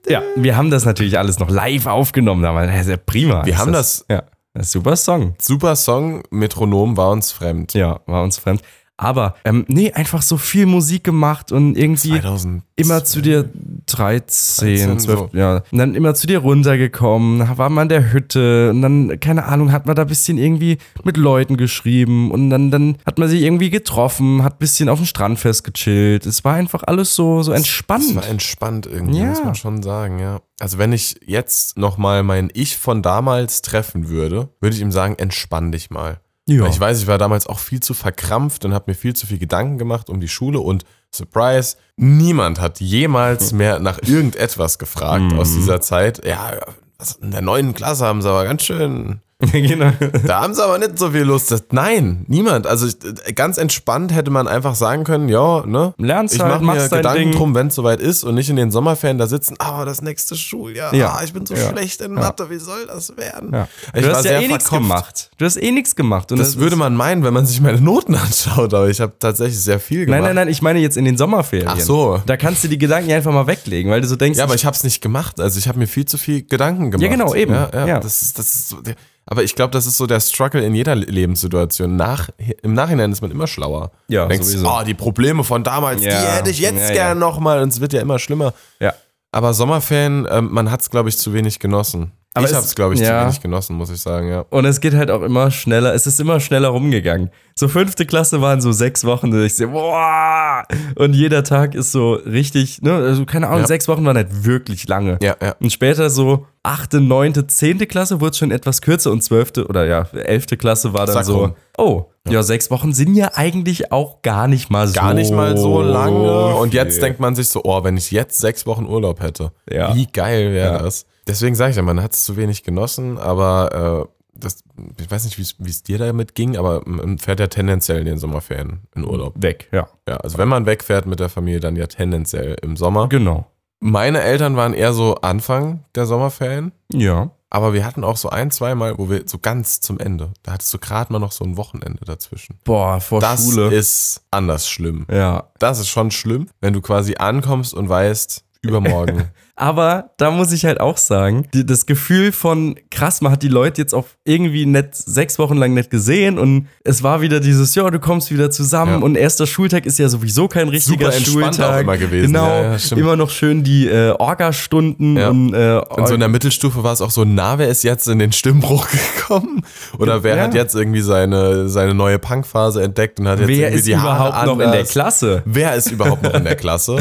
[SPEAKER 1] Ja, wir haben das natürlich alles noch live aufgenommen. damals. Das ist ja prima.
[SPEAKER 2] Wir
[SPEAKER 1] Ist
[SPEAKER 2] haben
[SPEAKER 1] Ja. Das ist ein super Song.
[SPEAKER 2] Super Song, Metronom war uns fremd.
[SPEAKER 1] Ja, war uns fremd. Aber ähm, nee, einfach so viel Musik gemacht und irgendwie
[SPEAKER 2] 2000.
[SPEAKER 1] immer zu dir 13,
[SPEAKER 2] 13,
[SPEAKER 1] 12,
[SPEAKER 2] so.
[SPEAKER 1] ja. Und dann immer zu dir runtergekommen, war mal in der Hütte und dann, keine Ahnung, hat man da ein bisschen irgendwie mit Leuten geschrieben und dann, dann hat man sich irgendwie getroffen, hat ein bisschen auf dem Strand festgechillt. Es war einfach alles so, so
[SPEAKER 2] Es
[SPEAKER 1] entspannt.
[SPEAKER 2] war entspannt irgendwie,
[SPEAKER 1] Ja.
[SPEAKER 2] muss man schon sagen, ja. Also wenn ich jetzt nochmal mein Ich von damals treffen würde, würde ich ihm sagen, entspann dich mal.
[SPEAKER 1] ja.
[SPEAKER 2] Weil Ich weiß, ich war damals auch viel zu verkrampft und habe mir viel zu viel Gedanken gemacht um die Schule und Surprise, niemand hat jemals
[SPEAKER 1] Hm.
[SPEAKER 2] mehr nach irgendetwas gefragt aus dieser Zeit. Ja, was- in der neunten Klasse haben sie aber ganz schön
[SPEAKER 1] genau.
[SPEAKER 2] Da haben sie aber nicht so viel Lust. Das, nein, niemand. Also ich, ganz entspannt hätte man einfach sagen können, ja, ne?
[SPEAKER 1] Lernst
[SPEAKER 2] ich
[SPEAKER 1] halt,
[SPEAKER 2] mach mir
[SPEAKER 1] machst dein
[SPEAKER 2] Gedanken
[SPEAKER 1] Ding.
[SPEAKER 2] drum, wenn es soweit ist und nicht in den Sommerferien da sitzen, aber das nächste Schuljahr,
[SPEAKER 1] Ja.
[SPEAKER 2] ah, ich bin so
[SPEAKER 1] Ja.
[SPEAKER 2] schlecht in
[SPEAKER 1] Ja.
[SPEAKER 2] Mathe, wie soll das werden?
[SPEAKER 1] Ja.
[SPEAKER 2] Ich
[SPEAKER 1] Du
[SPEAKER 2] war
[SPEAKER 1] hast ja
[SPEAKER 2] sehr
[SPEAKER 1] eh nichts
[SPEAKER 2] verkopft.
[SPEAKER 1] gemacht. Du hast eh nichts gemacht. Und
[SPEAKER 2] Das, würde man meinen, wenn man sich meine Noten anschaut, aber ich habe tatsächlich sehr viel gemacht.
[SPEAKER 1] Nein, nein, nein, ich meine jetzt in den Sommerferien.
[SPEAKER 2] Ach so.
[SPEAKER 1] Da kannst du die Gedanken einfach mal weglegen, weil du so denkst,
[SPEAKER 2] Ja, aber ich habe es nicht gemacht. Also ich habe mir viel zu viel Gedanken gemacht.
[SPEAKER 1] Ja, genau, eben.
[SPEAKER 2] Ja, ja,
[SPEAKER 1] Ja.
[SPEAKER 2] Das ist, das ist so, der- aber ich glaube, das ist so der Struggle in jeder Le- Lebenssituation. Nach, Im Nachhinein ist man immer schlauer.
[SPEAKER 1] Ja,
[SPEAKER 2] Du denkst,
[SPEAKER 1] sowieso.
[SPEAKER 2] oh, die Probleme von damals, die
[SPEAKER 1] Ja.
[SPEAKER 2] hätte ich jetzt
[SPEAKER 1] Ja, ja.
[SPEAKER 2] gern nochmal. Und es wird ja immer schlimmer.
[SPEAKER 1] ja.
[SPEAKER 2] Aber Sommerferien, ähm, man hat es, glaube ich, zu wenig genossen.
[SPEAKER 1] Aber
[SPEAKER 2] ich
[SPEAKER 1] es-
[SPEAKER 2] habe es, glaube ich,
[SPEAKER 1] ja.
[SPEAKER 2] zu wenig genossen, muss ich sagen, ja.
[SPEAKER 1] Und es geht halt auch immer schneller, es ist immer schneller rumgegangen. So fünfte Klasse waren so sechs Wochen und ich so, boah! Und jeder Tag ist so richtig, ne, also keine Ahnung,
[SPEAKER 2] Ja.
[SPEAKER 1] sechs Wochen waren halt wirklich lange.
[SPEAKER 2] Ja, ja.
[SPEAKER 1] Und später so achte, neunte, zehnte Klasse wurde es schon etwas kürzer und zwölfte oder ja, elfte Klasse war dann
[SPEAKER 2] Zack,
[SPEAKER 1] so,
[SPEAKER 2] rum.
[SPEAKER 1] oh, ja. sechs Wochen sind ja eigentlich auch gar nicht mal so
[SPEAKER 2] Gar nicht mal so lange. Und
[SPEAKER 1] viel.
[SPEAKER 2] jetzt denkt man sich so, oh, wenn ich jetzt sechs Wochen Urlaub hätte,
[SPEAKER 1] Ja.
[SPEAKER 2] wie geil wäre das? Deswegen sage ich ja, man hat es zu wenig genossen, aber äh, das, ich weiß nicht, wie es dir damit ging, aber man fährt ja tendenziell in den Sommerferien in Urlaub.
[SPEAKER 1] weg, ja.
[SPEAKER 2] Ja, also wenn man wegfährt mit der Familie, dann ja tendenziell im Sommer.
[SPEAKER 1] Genau.
[SPEAKER 2] Meine Eltern waren eher so Anfang der Sommerferien.
[SPEAKER 1] Ja.
[SPEAKER 2] Aber wir hatten auch so ein, zweimal, wo wir so ganz zum Ende, da hattest du gerade mal noch so ein Wochenende dazwischen.
[SPEAKER 1] Boah, vor
[SPEAKER 2] Das
[SPEAKER 1] Schule.
[SPEAKER 2] ist anders schlimm.
[SPEAKER 1] ja.
[SPEAKER 2] Das ist schon schlimm, wenn du quasi ankommst und weißt, übermorgen.
[SPEAKER 1] Aber da muss ich halt auch sagen, die, das Gefühl von krass, man hat die Leute jetzt auch irgendwie nicht sechs Wochen lang nicht gesehen und es war wieder dieses, ja, du kommst wieder zusammen
[SPEAKER 2] Ja.
[SPEAKER 1] und erster Schultag ist ja sowieso kein richtiger
[SPEAKER 2] Super entspannt
[SPEAKER 1] Schultag.
[SPEAKER 2] auch immer gewesen.
[SPEAKER 1] Genau,
[SPEAKER 2] Ja, ja, stimmt.
[SPEAKER 1] immer noch schön die äh, Orga-Stunden
[SPEAKER 2] Ja.
[SPEAKER 1] und, äh,
[SPEAKER 2] In so einer Mittelstufe war es auch so, na, wer ist jetzt in den Stimmbruch gekommen? Oder wer
[SPEAKER 1] Ja.
[SPEAKER 2] hat jetzt irgendwie seine, seine neue Punkphase entdeckt und hat jetzt
[SPEAKER 1] wer
[SPEAKER 2] irgendwie
[SPEAKER 1] ist
[SPEAKER 2] die Haare
[SPEAKER 1] überhaupt noch in der
[SPEAKER 2] anders?
[SPEAKER 1] Klasse?
[SPEAKER 2] Wer ist überhaupt noch in der Klasse?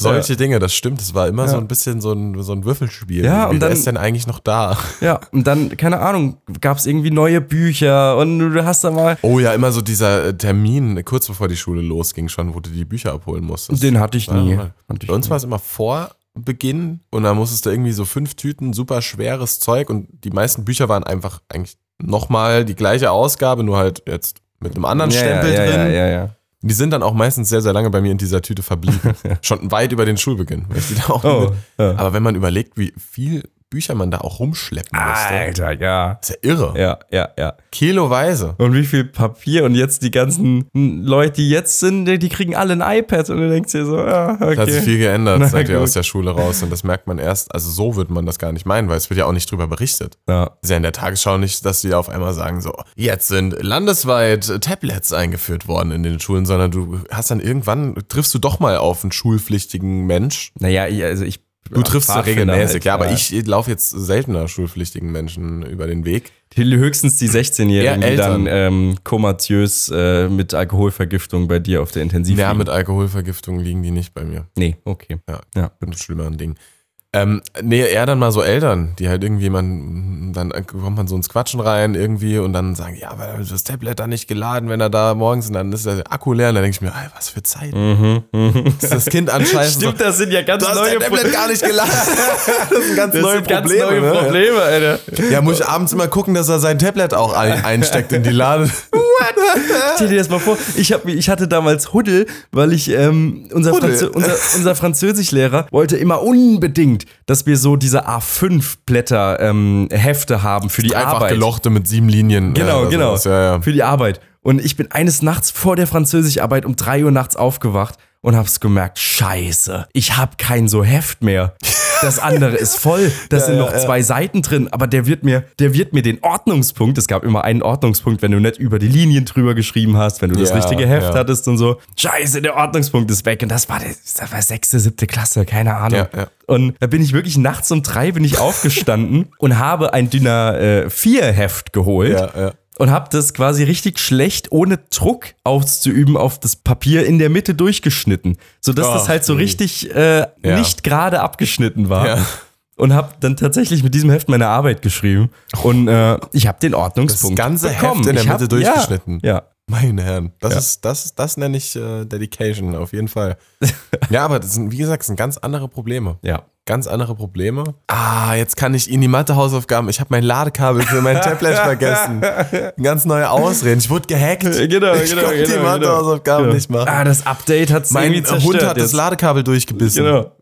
[SPEAKER 2] Solche Dinge, das stimmt. Es war immer so ein bisschen so ein, so ein Würfelspiel.
[SPEAKER 1] Ja,
[SPEAKER 2] Irgendwie,
[SPEAKER 1] und
[SPEAKER 2] wer
[SPEAKER 1] dann-
[SPEAKER 2] ist denn eigentlich noch da?
[SPEAKER 1] Ja, und dann, keine Ahnung, gab es irgendwie neue Bücher und du hast da mal.
[SPEAKER 2] Oh ja, immer so dieser äh, Termin, kurz bevor die Schule losging schon, wo du die Bücher abholen musstest.
[SPEAKER 1] Den hatte ich
[SPEAKER 2] War
[SPEAKER 1] nie.
[SPEAKER 2] normal.
[SPEAKER 1] Hatte ich
[SPEAKER 2] Bei uns
[SPEAKER 1] nie.
[SPEAKER 2] war es immer vor Beginn und dann musstest du irgendwie so fünf Tüten, super schweres Zeug und die meisten Bücher waren einfach eigentlich nochmal die gleiche Ausgabe, nur halt jetzt mit einem anderen Stempel
[SPEAKER 1] ja, ja,
[SPEAKER 2] drin.
[SPEAKER 1] Ja, ja, ja.
[SPEAKER 2] Die sind dann auch meistens sehr, sehr lange bei mir in dieser Tüte verblieben. Schon weit über den Schulbeginn. Weil ich die da auch
[SPEAKER 1] Oh, ja.
[SPEAKER 2] Aber wenn man überlegt, wie viel Bücher man da auch rumschleppen musste,
[SPEAKER 1] Alter, ja.
[SPEAKER 2] ist ja irre.
[SPEAKER 1] Ja, ja, ja.
[SPEAKER 2] Kiloweise.
[SPEAKER 1] Und wie viel Papier und jetzt die ganzen Leute, die jetzt sind, die, die kriegen alle ein iPad und du denkst dir so, ah,
[SPEAKER 2] Da hat sich viel
[SPEAKER 1] okay.
[SPEAKER 2] geändert,
[SPEAKER 1] Na
[SPEAKER 2] seit wir
[SPEAKER 1] gut.
[SPEAKER 2] aus der Schule raus sind. Das merkt man erst, also so wird man das gar nicht meinen, weil es wird ja auch nicht drüber berichtet.
[SPEAKER 1] Ja.
[SPEAKER 2] Ist ja in der Tagesschau nicht, dass die auf einmal sagen, so, jetzt sind landesweit Tablets eingeführt worden in den Schulen, sondern du hast dann irgendwann, triffst du doch mal auf einen schulpflichtigen Mensch.
[SPEAKER 1] Naja, ich, also ich.
[SPEAKER 2] Du triffst ja
[SPEAKER 1] Pfadfinder
[SPEAKER 2] regelmäßig,
[SPEAKER 1] halt,
[SPEAKER 2] ja, aber ich laufe jetzt seltener schulpflichtigen Menschen über den Weg.
[SPEAKER 1] Die, höchstens die 16-Jährigen,
[SPEAKER 2] Eher
[SPEAKER 1] die
[SPEAKER 2] Eltern.
[SPEAKER 1] dann ähm, komatiös äh, mit Alkoholvergiftung bei dir auf der Intensiv.
[SPEAKER 2] Ja,
[SPEAKER 1] liegen.
[SPEAKER 2] mit Alkoholvergiftung liegen die nicht bei mir.
[SPEAKER 1] Nee, okay.
[SPEAKER 2] Ja.
[SPEAKER 1] Ja.
[SPEAKER 2] mit schlimmeren Dingen. Ähm, nee, eher dann mal so Eltern, die halt irgendwie man, dann kommt man so ins Quatschen rein irgendwie und dann sagen, ja, weil das Tablet da nicht geladen, wenn er da morgens und dann ist der Akku leer und dann denke ich mir, ey, was für Zeit. Ist Mhm, das Kind anscheinend
[SPEAKER 1] Stimmt,
[SPEAKER 2] so,
[SPEAKER 1] das sind ja ganz
[SPEAKER 2] du hast
[SPEAKER 1] neue
[SPEAKER 2] dein Tablet gar nicht geladen. Das sind ganz
[SPEAKER 1] Das
[SPEAKER 2] neue
[SPEAKER 1] sind ganz
[SPEAKER 2] Probleme.
[SPEAKER 1] neue
[SPEAKER 2] ne?
[SPEAKER 1] Probleme, Alter.
[SPEAKER 2] Ja, muss ich abends immer gucken, dass er sein Tablet auch ein, einsteckt in die Lade.
[SPEAKER 1] Stell dir das mal vor, ich, hab, mir- ich hatte damals Huddel, weil ich, ähm, unser,
[SPEAKER 2] Huddel.
[SPEAKER 1] Franzö unser, unser Französischlehrer wollte immer unbedingt, dass wir so diese A5-Blätter ähm, Hefte haben für die
[SPEAKER 2] Einfach
[SPEAKER 1] Arbeit.
[SPEAKER 2] gelochte mit sieben Linien.
[SPEAKER 1] Genau,
[SPEAKER 2] Äh, oder
[SPEAKER 1] genau.
[SPEAKER 2] sowas. Ja, ja.
[SPEAKER 1] Für die Arbeit. Und ich bin eines Nachts vor der Französischarbeit um 3 Uhr nachts aufgewacht und hab's gemerkt, scheiße, ich hab kein so Heft mehr. Das andere ist voll, da sind noch zwei Seiten drin, aber der wird mir, der wird mir den Ordnungspunkt, es gab immer einen Ordnungspunkt, wenn du nicht über die Linien drüber geschrieben hast, wenn du das
[SPEAKER 2] Ja,
[SPEAKER 1] richtige Heft
[SPEAKER 2] ja.
[SPEAKER 1] hattest und so. Scheiße, der Ordnungspunkt ist weg und das war, der, das war sechste, siebte Klasse, keine Ahnung.
[SPEAKER 2] Ja, ja.
[SPEAKER 1] Und da bin ich wirklich nachts um drei bin ich aufgestanden und habe ein DIN A4 Heft geholt
[SPEAKER 2] Ja, ja.
[SPEAKER 1] und habe das quasi richtig schlecht ohne Druck auszuüben auf das Papier in der Mitte durchgeschnitten, sodass
[SPEAKER 2] Ach,
[SPEAKER 1] das halt so
[SPEAKER 2] nee.
[SPEAKER 1] richtig äh,
[SPEAKER 2] Ja.
[SPEAKER 1] nicht gerade abgeschnitten war.
[SPEAKER 2] Ja.
[SPEAKER 1] Und habe dann tatsächlich mit diesem Heft meine Arbeit geschrieben. Und äh, ich habe den Ordnungspunkt.
[SPEAKER 2] Das ganze Heft
[SPEAKER 1] bekommen.
[SPEAKER 2] in der
[SPEAKER 1] Ich
[SPEAKER 2] Mitte durchgeschnitten.
[SPEAKER 1] Ja, ja.
[SPEAKER 2] Meine Herren, das ist, das, das nenne ich äh, Dedication, auf jeden Fall. ja, aber das sind, wie gesagt, das sind ganz andere Probleme.
[SPEAKER 1] Ja.
[SPEAKER 2] Ganz andere Probleme. Ah, jetzt kann ich Ihnen die Mathe-Hausaufgaben. Ich habe mein Ladekabel für mein Tablet vergessen. Ganz neue Ausreden. Ich wurde gehackt.
[SPEAKER 1] Genau,
[SPEAKER 2] ich
[SPEAKER 1] genau,
[SPEAKER 2] konnte die
[SPEAKER 1] genau,
[SPEAKER 2] Mathe-Hausaufgaben
[SPEAKER 1] genau.
[SPEAKER 2] nicht machen.
[SPEAKER 1] Ah, das Update hat's
[SPEAKER 2] mein
[SPEAKER 1] irgendwie zerstört.
[SPEAKER 2] Hund hat das
[SPEAKER 1] jetzt.
[SPEAKER 2] Ladekabel durchgebissen.
[SPEAKER 1] Genau.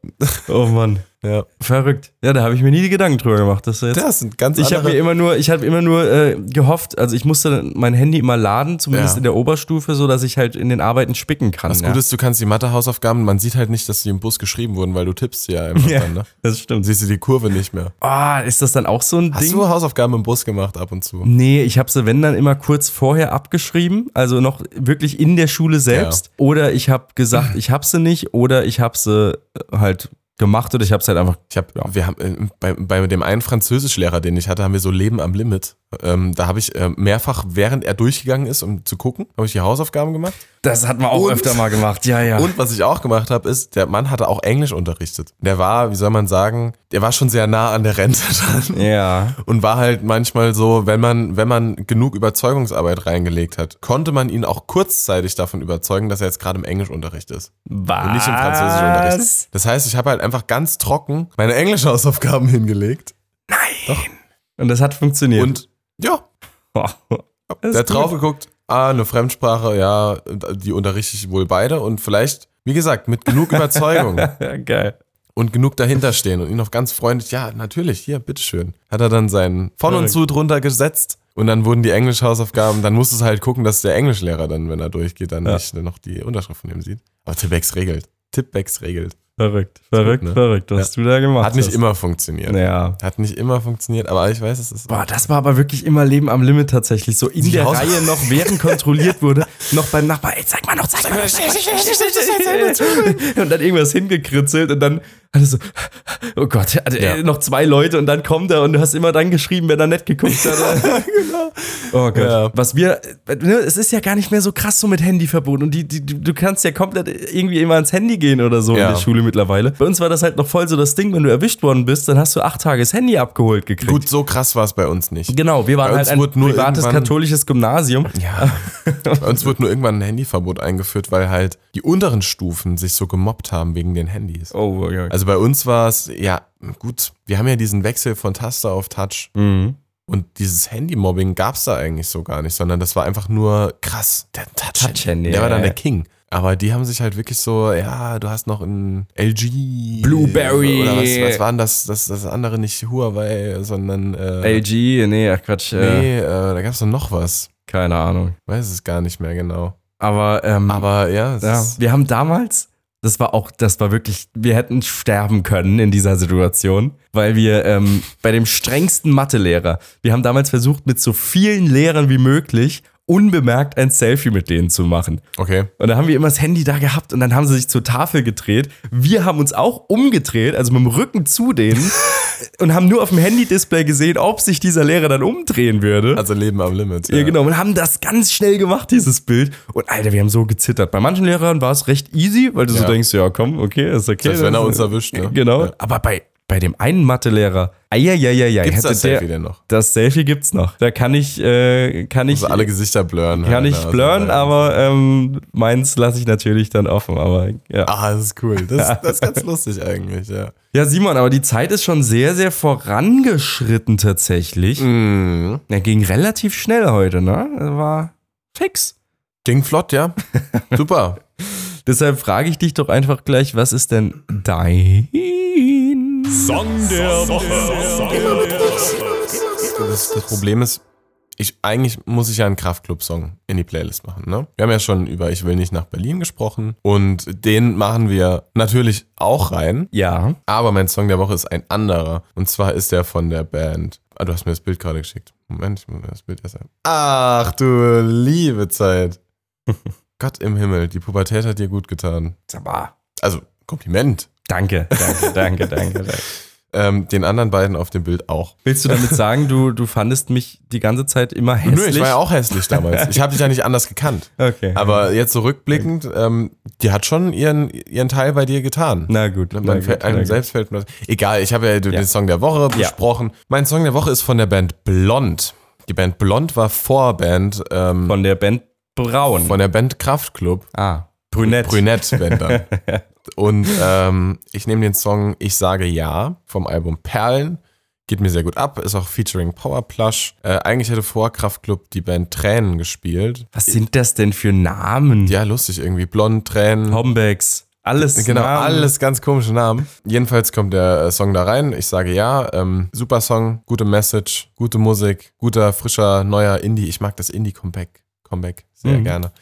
[SPEAKER 1] Oh Mann.
[SPEAKER 2] Ja.
[SPEAKER 1] Verrückt. Ja, da habe ich mir nie die Gedanken drüber gemacht, dass du jetzt
[SPEAKER 2] Das sind ganz
[SPEAKER 1] Ich habe
[SPEAKER 2] andere.
[SPEAKER 1] mir immer nur, ich habe immer nur äh, gehofft, also ich musste mein Handy immer laden, zumindest
[SPEAKER 2] Ja.
[SPEAKER 1] in der Oberstufe, so dass ich halt in den Arbeiten spicken kann.
[SPEAKER 2] das Gute ist, du kannst die Mathe-Hausaufgaben, man sieht halt nicht, dass die im Bus geschrieben wurden, weil du tippst ja einfach
[SPEAKER 1] ja.
[SPEAKER 2] dann, ne?
[SPEAKER 1] das stimmt.
[SPEAKER 2] Siehst du die Kurve nicht mehr.
[SPEAKER 1] Ah, ist das dann auch so ein
[SPEAKER 2] Hast
[SPEAKER 1] Ding?
[SPEAKER 2] du Hausaufgaben im Bus gemacht ab und zu?
[SPEAKER 1] Nee, ich habe sie, wenn dann immer kurz vorher abgeschrieben, also noch wirklich in der Schule selbst. Oder ich habe gesagt, ich habe sie nicht, oder ich habe sie äh, halt gemacht oder ich habe es halt einfach.
[SPEAKER 2] Ich habe, wir haben äh, bei, bei dem einen Französischlehrer, den ich hatte, haben wir so Leben am Limit. Ähm, da habe ich äh, mehrfach, während er durchgegangen ist, um zu gucken, habe ich die Hausaufgaben gemacht.
[SPEAKER 1] Das hat man auch
[SPEAKER 2] Und-
[SPEAKER 1] öfter mal gemacht, ja, ja.
[SPEAKER 2] Und was ich auch gemacht habe, ist, der Mann hatte auch Englisch unterrichtet. Der war, wie soll man sagen, der war schon sehr nah an der Rente dran.
[SPEAKER 1] ja.
[SPEAKER 2] Und war halt manchmal so, wenn man, wenn man genug Überzeugungsarbeit reingelegt hat, konnte man ihn auch kurzzeitig davon überzeugen, dass er jetzt gerade im Englischunterricht ist.
[SPEAKER 1] Was?
[SPEAKER 2] Und nicht im Französischunterricht. Das heißt, ich habe halt einfach ganz trocken meine Englischhausaufgaben hingelegt.
[SPEAKER 1] Und das hat funktioniert.
[SPEAKER 2] Und ja,
[SPEAKER 1] Das
[SPEAKER 2] der
[SPEAKER 1] ist
[SPEAKER 2] hat drauf geguckt, ah, eine Fremdsprache, ja, die unterrichte ich wohl beide und vielleicht, wie gesagt, mit genug Überzeugung
[SPEAKER 1] gut. Geil.
[SPEAKER 2] und genug dahinter stehen und ihn noch ganz freundlich, ja, natürlich, hier, bitteschön. Hat er dann seinen Von und zu drunter gesetzt und dann wurden die Englisch-Hausaufgaben, dann musst du es halt gucken, dass der Englischlehrer dann, wenn er durchgeht, dann nicht noch die Unterschrift von ihm sieht. Aber Tippex regelt. Tippex regelt.
[SPEAKER 1] Verrückt, verrückt,
[SPEAKER 2] ne?
[SPEAKER 1] verrückt, was du da gemacht
[SPEAKER 2] Hat nicht
[SPEAKER 1] hast.
[SPEAKER 2] immer funktioniert.
[SPEAKER 1] Ja.
[SPEAKER 2] Hat nicht immer funktioniert, aber ich weiß, es ist.
[SPEAKER 1] Boah, das war aber wirklich immer Leben am Limit tatsächlich. So in
[SPEAKER 2] Die
[SPEAKER 1] der
[SPEAKER 2] Haus-
[SPEAKER 1] Reihe noch, während kontrolliert wurde, noch beim Nachbar, ey, zeig mal noch, zeig mal noch. und dann irgendwas hingekritzelt und dann alles so, oh Gott, also,
[SPEAKER 2] Ja.
[SPEAKER 1] äh, noch zwei Leute und dann kommt er und du hast immer dann geschrieben, wenn er nett geguckt hat. Oh Gott.
[SPEAKER 2] Ja.
[SPEAKER 1] Was wir, äh, ne, es ist ja gar nicht mehr so krass so mit Handyverbot und die, die, die, du kannst ja komplett irgendwie immer ans Handy gehen oder so
[SPEAKER 2] Ja.
[SPEAKER 1] in der Schule mittlerweile. Bei uns war das halt noch voll so das Ding, wenn du erwischt worden bist, dann hast du acht Tage das Handy abgeholt gekriegt.
[SPEAKER 2] Gut, so krass war es bei uns nicht.
[SPEAKER 1] Genau, wir waren
[SPEAKER 2] Bei
[SPEAKER 1] halt
[SPEAKER 2] uns
[SPEAKER 1] ein
[SPEAKER 2] wurde nur
[SPEAKER 1] privates
[SPEAKER 2] irgendwann-
[SPEAKER 1] katholisches Gymnasium.
[SPEAKER 2] Ja. Bei uns wird nur irgendwann ein Handyverbot eingeführt, weil halt die unteren Stufen sich so gemobbt haben wegen den Handys.
[SPEAKER 1] Oh, ja.
[SPEAKER 2] Also bei uns war es, ja, gut, wir haben ja diesen Wechsel von Taster auf Touch.
[SPEAKER 1] Mhm.
[SPEAKER 2] Und dieses Handy-Mobbing gab es da eigentlich so gar nicht, sondern das war einfach nur krass. Der Touch-Handy.
[SPEAKER 1] Touch-Handy,
[SPEAKER 2] der war
[SPEAKER 1] ja,
[SPEAKER 2] dann
[SPEAKER 1] ja.
[SPEAKER 2] der King. Aber die haben sich halt wirklich so, ja, du hast noch ein LG.
[SPEAKER 1] Blueberry.
[SPEAKER 2] Oder was, was waren das, das? Das andere nicht Huawei, sondern. Äh,
[SPEAKER 1] LG, nee, ach Quatsch, äh,
[SPEAKER 2] Nee, äh, da gab es noch was.
[SPEAKER 1] keine Ahnung.
[SPEAKER 2] Weiß es gar nicht mehr genau.
[SPEAKER 1] Aber, ähm,
[SPEAKER 2] Aber ja, es
[SPEAKER 1] ja,
[SPEAKER 2] ist-
[SPEAKER 1] wir haben damals, das war auch, das war wirklich, wir hätten sterben können in dieser Situation, weil wir ähm, bei dem strengsten Mathelehrer, wir haben damals versucht, mit so vielen Lehrern wie möglich unbemerkt ein Selfie mit denen zu machen.
[SPEAKER 2] okay.
[SPEAKER 1] Und dann haben wir immer das Handy da gehabt und dann haben sie sich zur Tafel gedreht. Wir haben uns auch umgedreht, also mit dem Rücken zu denen und haben nur auf dem Handy-Display gesehen, ob sich dieser Lehrer dann umdrehen würde.
[SPEAKER 2] Also Leben am Limit.
[SPEAKER 1] ja, genau. Und haben das ganz schnell gemacht, dieses Bild. Und Alter, wir haben so gezittert. Bei manchen Lehrern war es recht easy, weil du so
[SPEAKER 2] Ja.
[SPEAKER 1] denkst, ja komm, okay, ist okay.
[SPEAKER 2] Selbst wenn er
[SPEAKER 1] Das-
[SPEAKER 2] uns erwischt, ne?
[SPEAKER 1] Genau.
[SPEAKER 2] Ja.
[SPEAKER 1] Aber bei, bei dem einen Mathelehrer, eieieiei,
[SPEAKER 2] Gibt's
[SPEAKER 1] hätte
[SPEAKER 2] das
[SPEAKER 1] der,
[SPEAKER 2] Selfie denn noch?
[SPEAKER 1] Das Selfie gibt's noch. Da kann ich, äh, kann ich
[SPEAKER 2] Also alle Gesichter blurren.
[SPEAKER 1] kann
[SPEAKER 2] halt,
[SPEAKER 1] ich
[SPEAKER 2] ne? Also
[SPEAKER 1] blurren,
[SPEAKER 2] da-
[SPEAKER 1] aber ähm, meins lasse ich natürlich dann offen. Aber ja.
[SPEAKER 2] Ah, das ist cool. Das, das ist ganz lustig eigentlich, ja.
[SPEAKER 1] ja, Simon, aber die Zeit ist schon sehr, sehr vorangeschritten tatsächlich.
[SPEAKER 2] Mhm.
[SPEAKER 1] Ja, ging relativ schnell heute, ne? War fix.
[SPEAKER 2] Ging flott, ja. Super.
[SPEAKER 1] Deshalb frage ich dich doch einfach gleich, was ist denn dein
[SPEAKER 6] Song der Woche.
[SPEAKER 2] Das, das Problem ist, ich, eigentlich muss ich ja einen Kraftclub-Song in die Playlist machen. Ne? Wir haben ja schon über Ich will nicht nach Berlin gesprochen und den machen wir natürlich auch rein.
[SPEAKER 1] Ja.
[SPEAKER 2] Aber mein Song der Woche ist ein anderer. Und zwar ist der von der Band. Ah, du hast mir das Bild gerade geschickt. Moment, ich muss mir das Bild erst ein. Ach du liebe Zeit. Gott im Himmel, die Pubertät hat dir gut getan. Also, Kompliment.
[SPEAKER 1] Danke, danke, danke, danke, danke.
[SPEAKER 2] Ähm, den anderen beiden auf dem Bild auch.
[SPEAKER 1] Willst du damit sagen, du, du fandest mich die ganze Zeit immer hässlich?
[SPEAKER 2] Nö, ich war ja auch hässlich damals. Ich habe dich ja nicht anders gekannt.
[SPEAKER 1] Okay.
[SPEAKER 2] Aber jetzt so rückblickend, ähm, die hat schon ihren, ihren Teil bei dir getan.
[SPEAKER 1] na gut, na
[SPEAKER 2] Man
[SPEAKER 1] gut,
[SPEAKER 2] fällt,
[SPEAKER 1] na
[SPEAKER 2] einem
[SPEAKER 1] gut.
[SPEAKER 2] selbst fällt mir das. Egal, ich habe ja, den Song der Woche
[SPEAKER 1] Ja.
[SPEAKER 2] besprochen. Mein Song der Woche ist von der Band Blond. Die Band Blond war Vorband ähm,
[SPEAKER 1] Von der Band Braun.
[SPEAKER 2] von der Band Kraftklub.
[SPEAKER 1] ah, Brünett.
[SPEAKER 2] Brünett, wenn dann. Und ähm, ich nehme den Song Ich sage Ja vom Album Perlen. Geht mir sehr gut ab, ist auch featuring Power Plush. Äh, eigentlich hätte vor Kraftklub die Band Tränen gespielt.
[SPEAKER 1] Was sind das denn für Namen?
[SPEAKER 2] Ja, lustig irgendwie. Blond, Tränen.
[SPEAKER 1] Hombecks. Alles.
[SPEAKER 2] Genau,
[SPEAKER 1] Namen.
[SPEAKER 2] alles ganz komische Namen. Jedenfalls kommt der äh, Song da rein. Ich sage ja. Ähm, super Song, gute Message, gute Musik, guter, frischer, neuer Indie. Ich mag das Indie-Comeback Comeback
[SPEAKER 1] Mhm.
[SPEAKER 2] sehr gerne.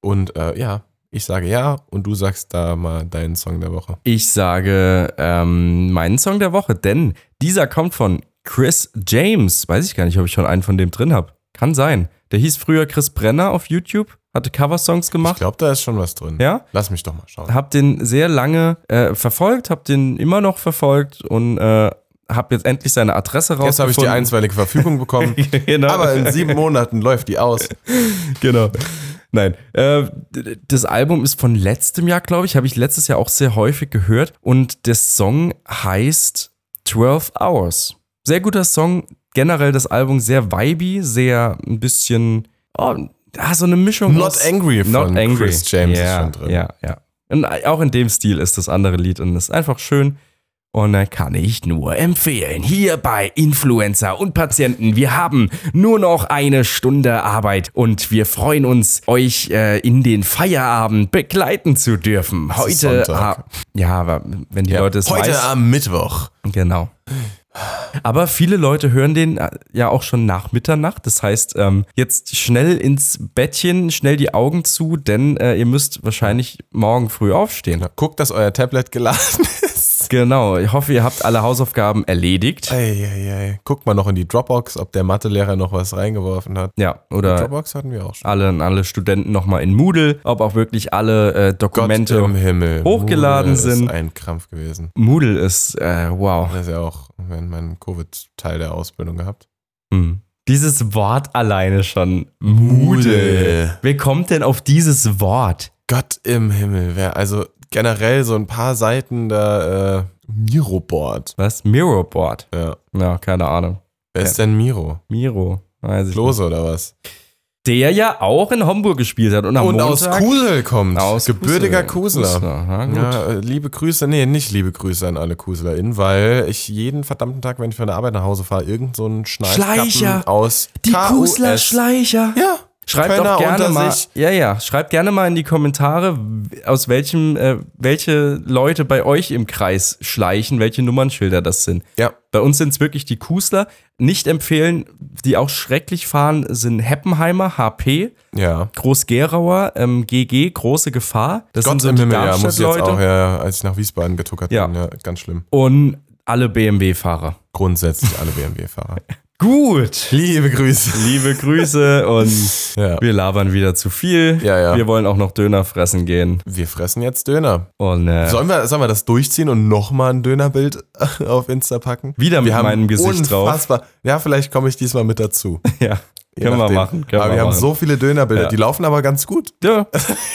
[SPEAKER 2] Und äh, ja, ich sage ja und du sagst da mal deinen Song der Woche.
[SPEAKER 1] Ich sage ähm, meinen Song der Woche, denn dieser kommt von Chris James. Weiß ich gar nicht, ob ich schon einen von dem drin habe. Kann sein. Der hieß früher Chris Brenner auf YouTube, hatte Coversongs
[SPEAKER 2] Ich
[SPEAKER 1] gemacht.
[SPEAKER 2] glaube, da ist schon was drin.
[SPEAKER 1] Ja?
[SPEAKER 2] Lass mich doch mal schauen.
[SPEAKER 1] Hab den sehr lange äh, verfolgt, hab den immer noch verfolgt und äh, hab jetzt endlich seine Adresse rausgefunden.
[SPEAKER 2] Jetzt habe ich die einstweilige Verfügung bekommen.
[SPEAKER 1] genau.
[SPEAKER 2] Aber in sieben Monaten läuft die aus.
[SPEAKER 1] genau. Nein, äh, d- das Album ist von letztem Jahr, glaube ich, habe ich letztes Jahr auch sehr häufig gehört und der Song heißt 12 Hours. Sehr guter Song, generell das Album sehr vibey, sehr ein bisschen, oh, ah, so eine Mischung
[SPEAKER 2] Not Angry von
[SPEAKER 1] Not Angry.
[SPEAKER 2] Chris James
[SPEAKER 1] ja,
[SPEAKER 2] ist schon drin.
[SPEAKER 1] Ja, ja. Und auch in dem Stil ist das andere Lied und ist einfach schön Und da kann ich nur empfehlen, hier bei Influencer und Patienten, wir haben nur noch eine Stunde Arbeit und wir freuen uns, euch äh, in den Feierabend begleiten zu dürfen.
[SPEAKER 2] ist
[SPEAKER 1] Heute,
[SPEAKER 2] Sonntag.
[SPEAKER 1] ab- ja, aber wenn die Leute es
[SPEAKER 2] Heute
[SPEAKER 1] weiß,
[SPEAKER 2] am Mittwoch.
[SPEAKER 1] Genau. Aber viele Leute hören den äh, ja auch schon nach Mitternacht. Das heißt, ähm, jetzt schnell ins Bettchen, schnell die Augen zu, denn äh, ihr müsst wahrscheinlich morgen früh aufstehen.
[SPEAKER 2] Guckt, dass euer Tablet geladen ist.
[SPEAKER 1] Genau. Ich hoffe, ihr habt alle Hausaufgaben erledigt.
[SPEAKER 2] Eieiei. Guckt mal noch in die Dropbox, ob der Mathelehrer noch was reingeworfen hat.
[SPEAKER 1] Ja, oder
[SPEAKER 2] Dropbox hatten wir auch schon.
[SPEAKER 1] alle, alle Studenten nochmal in Moodle, ob auch wirklich alle äh, Dokumente.
[SPEAKER 2] im Himmel.
[SPEAKER 1] hochgeladen
[SPEAKER 2] Moodle
[SPEAKER 1] sind.
[SPEAKER 2] Ist ein Krampf gewesen.
[SPEAKER 1] Moodle ist, äh, wow.
[SPEAKER 2] Das ist ja auch während meinem Covid-Teil der Ausbildung gehabt.
[SPEAKER 1] Hm. Dieses Wort alleine schon. Moodle. Wer kommt denn auf dieses Wort?
[SPEAKER 2] Gott im Himmel. Wer, also generell so ein paar Seiten da äh, Miro-Board.
[SPEAKER 1] Was? Miroboard.
[SPEAKER 2] Ja.
[SPEAKER 1] Ja, keine Ahnung.
[SPEAKER 2] Wer ist denn Miro?
[SPEAKER 1] Miro. Weiß ich
[SPEAKER 2] Klose oder was?
[SPEAKER 1] nicht. Der ja auch in Homburg gespielt hat. Und, am
[SPEAKER 2] Und aus
[SPEAKER 1] Montag
[SPEAKER 2] Kusel kommt.
[SPEAKER 1] Aus
[SPEAKER 2] Gebürtiger
[SPEAKER 1] Kusel.
[SPEAKER 2] Kuseler.
[SPEAKER 1] Kuseler, na gut.
[SPEAKER 2] Ja, äh, liebe Grüße, nee, nicht liebe Grüße an alle KuslerInnen, weil ich jeden verdammten Tag, wenn ich von der Arbeit nach Hause fahre, irgend so einen Schleicher
[SPEAKER 1] Schleicher.
[SPEAKER 2] aus
[SPEAKER 1] Die
[SPEAKER 2] KUS.
[SPEAKER 1] Kusler Schleicher.
[SPEAKER 2] Ja,
[SPEAKER 1] Schreibt
[SPEAKER 2] Kölner
[SPEAKER 1] doch gerne
[SPEAKER 2] unter
[SPEAKER 1] mal.
[SPEAKER 2] sich.
[SPEAKER 1] Ja, ja. Schreibt gerne mal in die Kommentare, w- aus welchem, äh, welche Leute bei euch im Kreis schleichen, welche Nummernschilder das sind.
[SPEAKER 2] Ja,
[SPEAKER 1] Bei uns sind es wirklich die Kusler. Nicht empfehlen, die auch schrecklich fahren, sind Heppenheimer, HP,
[SPEAKER 2] ja.
[SPEAKER 1] Groß-Gerauer, ähm, GG, große Gefahr. Das
[SPEAKER 2] Gott
[SPEAKER 1] sind so
[SPEAKER 2] im
[SPEAKER 1] die
[SPEAKER 2] Himmel, ja, muss ich jetzt
[SPEAKER 1] Darmstadt-Leute.
[SPEAKER 2] auch, ja, ja, als ich nach Wiesbaden getuckert
[SPEAKER 1] Ja.
[SPEAKER 2] bin, ja, ganz schlimm.
[SPEAKER 1] Und alle BMW-Fahrer.
[SPEAKER 2] Grundsätzlich alle BMW-Fahrer.
[SPEAKER 1] Gut.
[SPEAKER 2] liebe Grüße.
[SPEAKER 1] Liebe Grüße und
[SPEAKER 2] Ja.
[SPEAKER 1] wir labern wieder zu viel.
[SPEAKER 2] Ja, ja.
[SPEAKER 1] Wir wollen auch noch Döner fressen gehen.
[SPEAKER 2] Wir fressen jetzt Döner.
[SPEAKER 1] Und äh,
[SPEAKER 2] Sollen wir, sollen wir das durchziehen und nochmal ein Dönerbild auf Insta packen?
[SPEAKER 1] Wieder mit
[SPEAKER 2] wir haben
[SPEAKER 1] meinem Gesicht drauf.
[SPEAKER 2] unfassbar, Ja, vielleicht komme ich diesmal mit dazu.
[SPEAKER 1] ja,
[SPEAKER 2] Je
[SPEAKER 1] können wir
[SPEAKER 2] nachdem.
[SPEAKER 1] machen. Können
[SPEAKER 2] aber
[SPEAKER 1] wir
[SPEAKER 2] wir haben
[SPEAKER 1] machen.
[SPEAKER 2] so viele Dönerbilder.
[SPEAKER 1] Ja.
[SPEAKER 2] Die laufen aber ganz gut.
[SPEAKER 1] ja,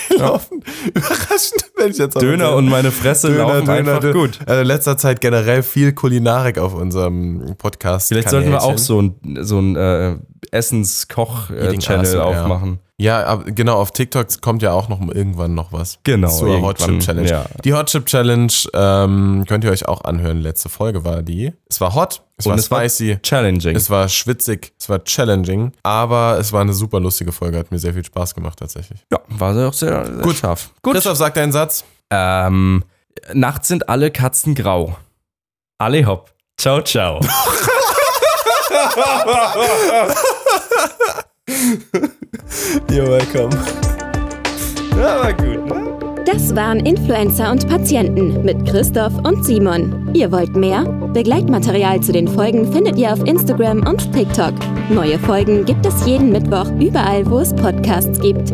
[SPEAKER 2] Die laufen überraschend, wenn ich jetzt auch
[SPEAKER 1] Döner
[SPEAKER 2] mal-
[SPEAKER 1] und meine Fresse laufen einfach gut.
[SPEAKER 2] Also in letzter Zeit generell viel Kulinarik auf unserem Podcast.
[SPEAKER 1] Vielleicht sollten wir auch so ein, so ein äh,
[SPEAKER 2] Eating
[SPEAKER 1] Essenskoch-Channel
[SPEAKER 2] Ass, ja.
[SPEAKER 1] aufmachen.
[SPEAKER 2] Ja, ab- genau, auf TikTok kommt ja auch noch irgendwann noch was.
[SPEAKER 1] Genau,
[SPEAKER 2] Zur Hot
[SPEAKER 1] irgendwann,
[SPEAKER 2] Chip Challenge.
[SPEAKER 1] ja.
[SPEAKER 2] Die Hot Chip Challenge ähm, könnt ihr euch auch anhören. Letzte Folge war die. Es war hot, es war
[SPEAKER 1] es war
[SPEAKER 2] spicy.
[SPEAKER 1] Challenging.
[SPEAKER 2] es war schwitzig, es war challenging, aber es war eine super lustige Folge, hat mir sehr viel Spaß gemacht tatsächlich.
[SPEAKER 1] ja, war sehr, sehr, sehr
[SPEAKER 2] Gut.
[SPEAKER 1] scharf. Gut.
[SPEAKER 2] Christoph, sag deinen Satz.
[SPEAKER 1] Ähm, nachts sind alle Katzen grau. Alle hopp. Ciao, ciao.
[SPEAKER 2] You're welcome.
[SPEAKER 1] ne?
[SPEAKER 7] Das waren Influencer und Patienten mit Christoph und Simon. Ihr wollt mehr? Begleitmaterial zu den Folgen findet ihr auf Instagram und TikTok. Neue Folgen gibt es jeden Mittwoch überall, wo es Podcasts gibt.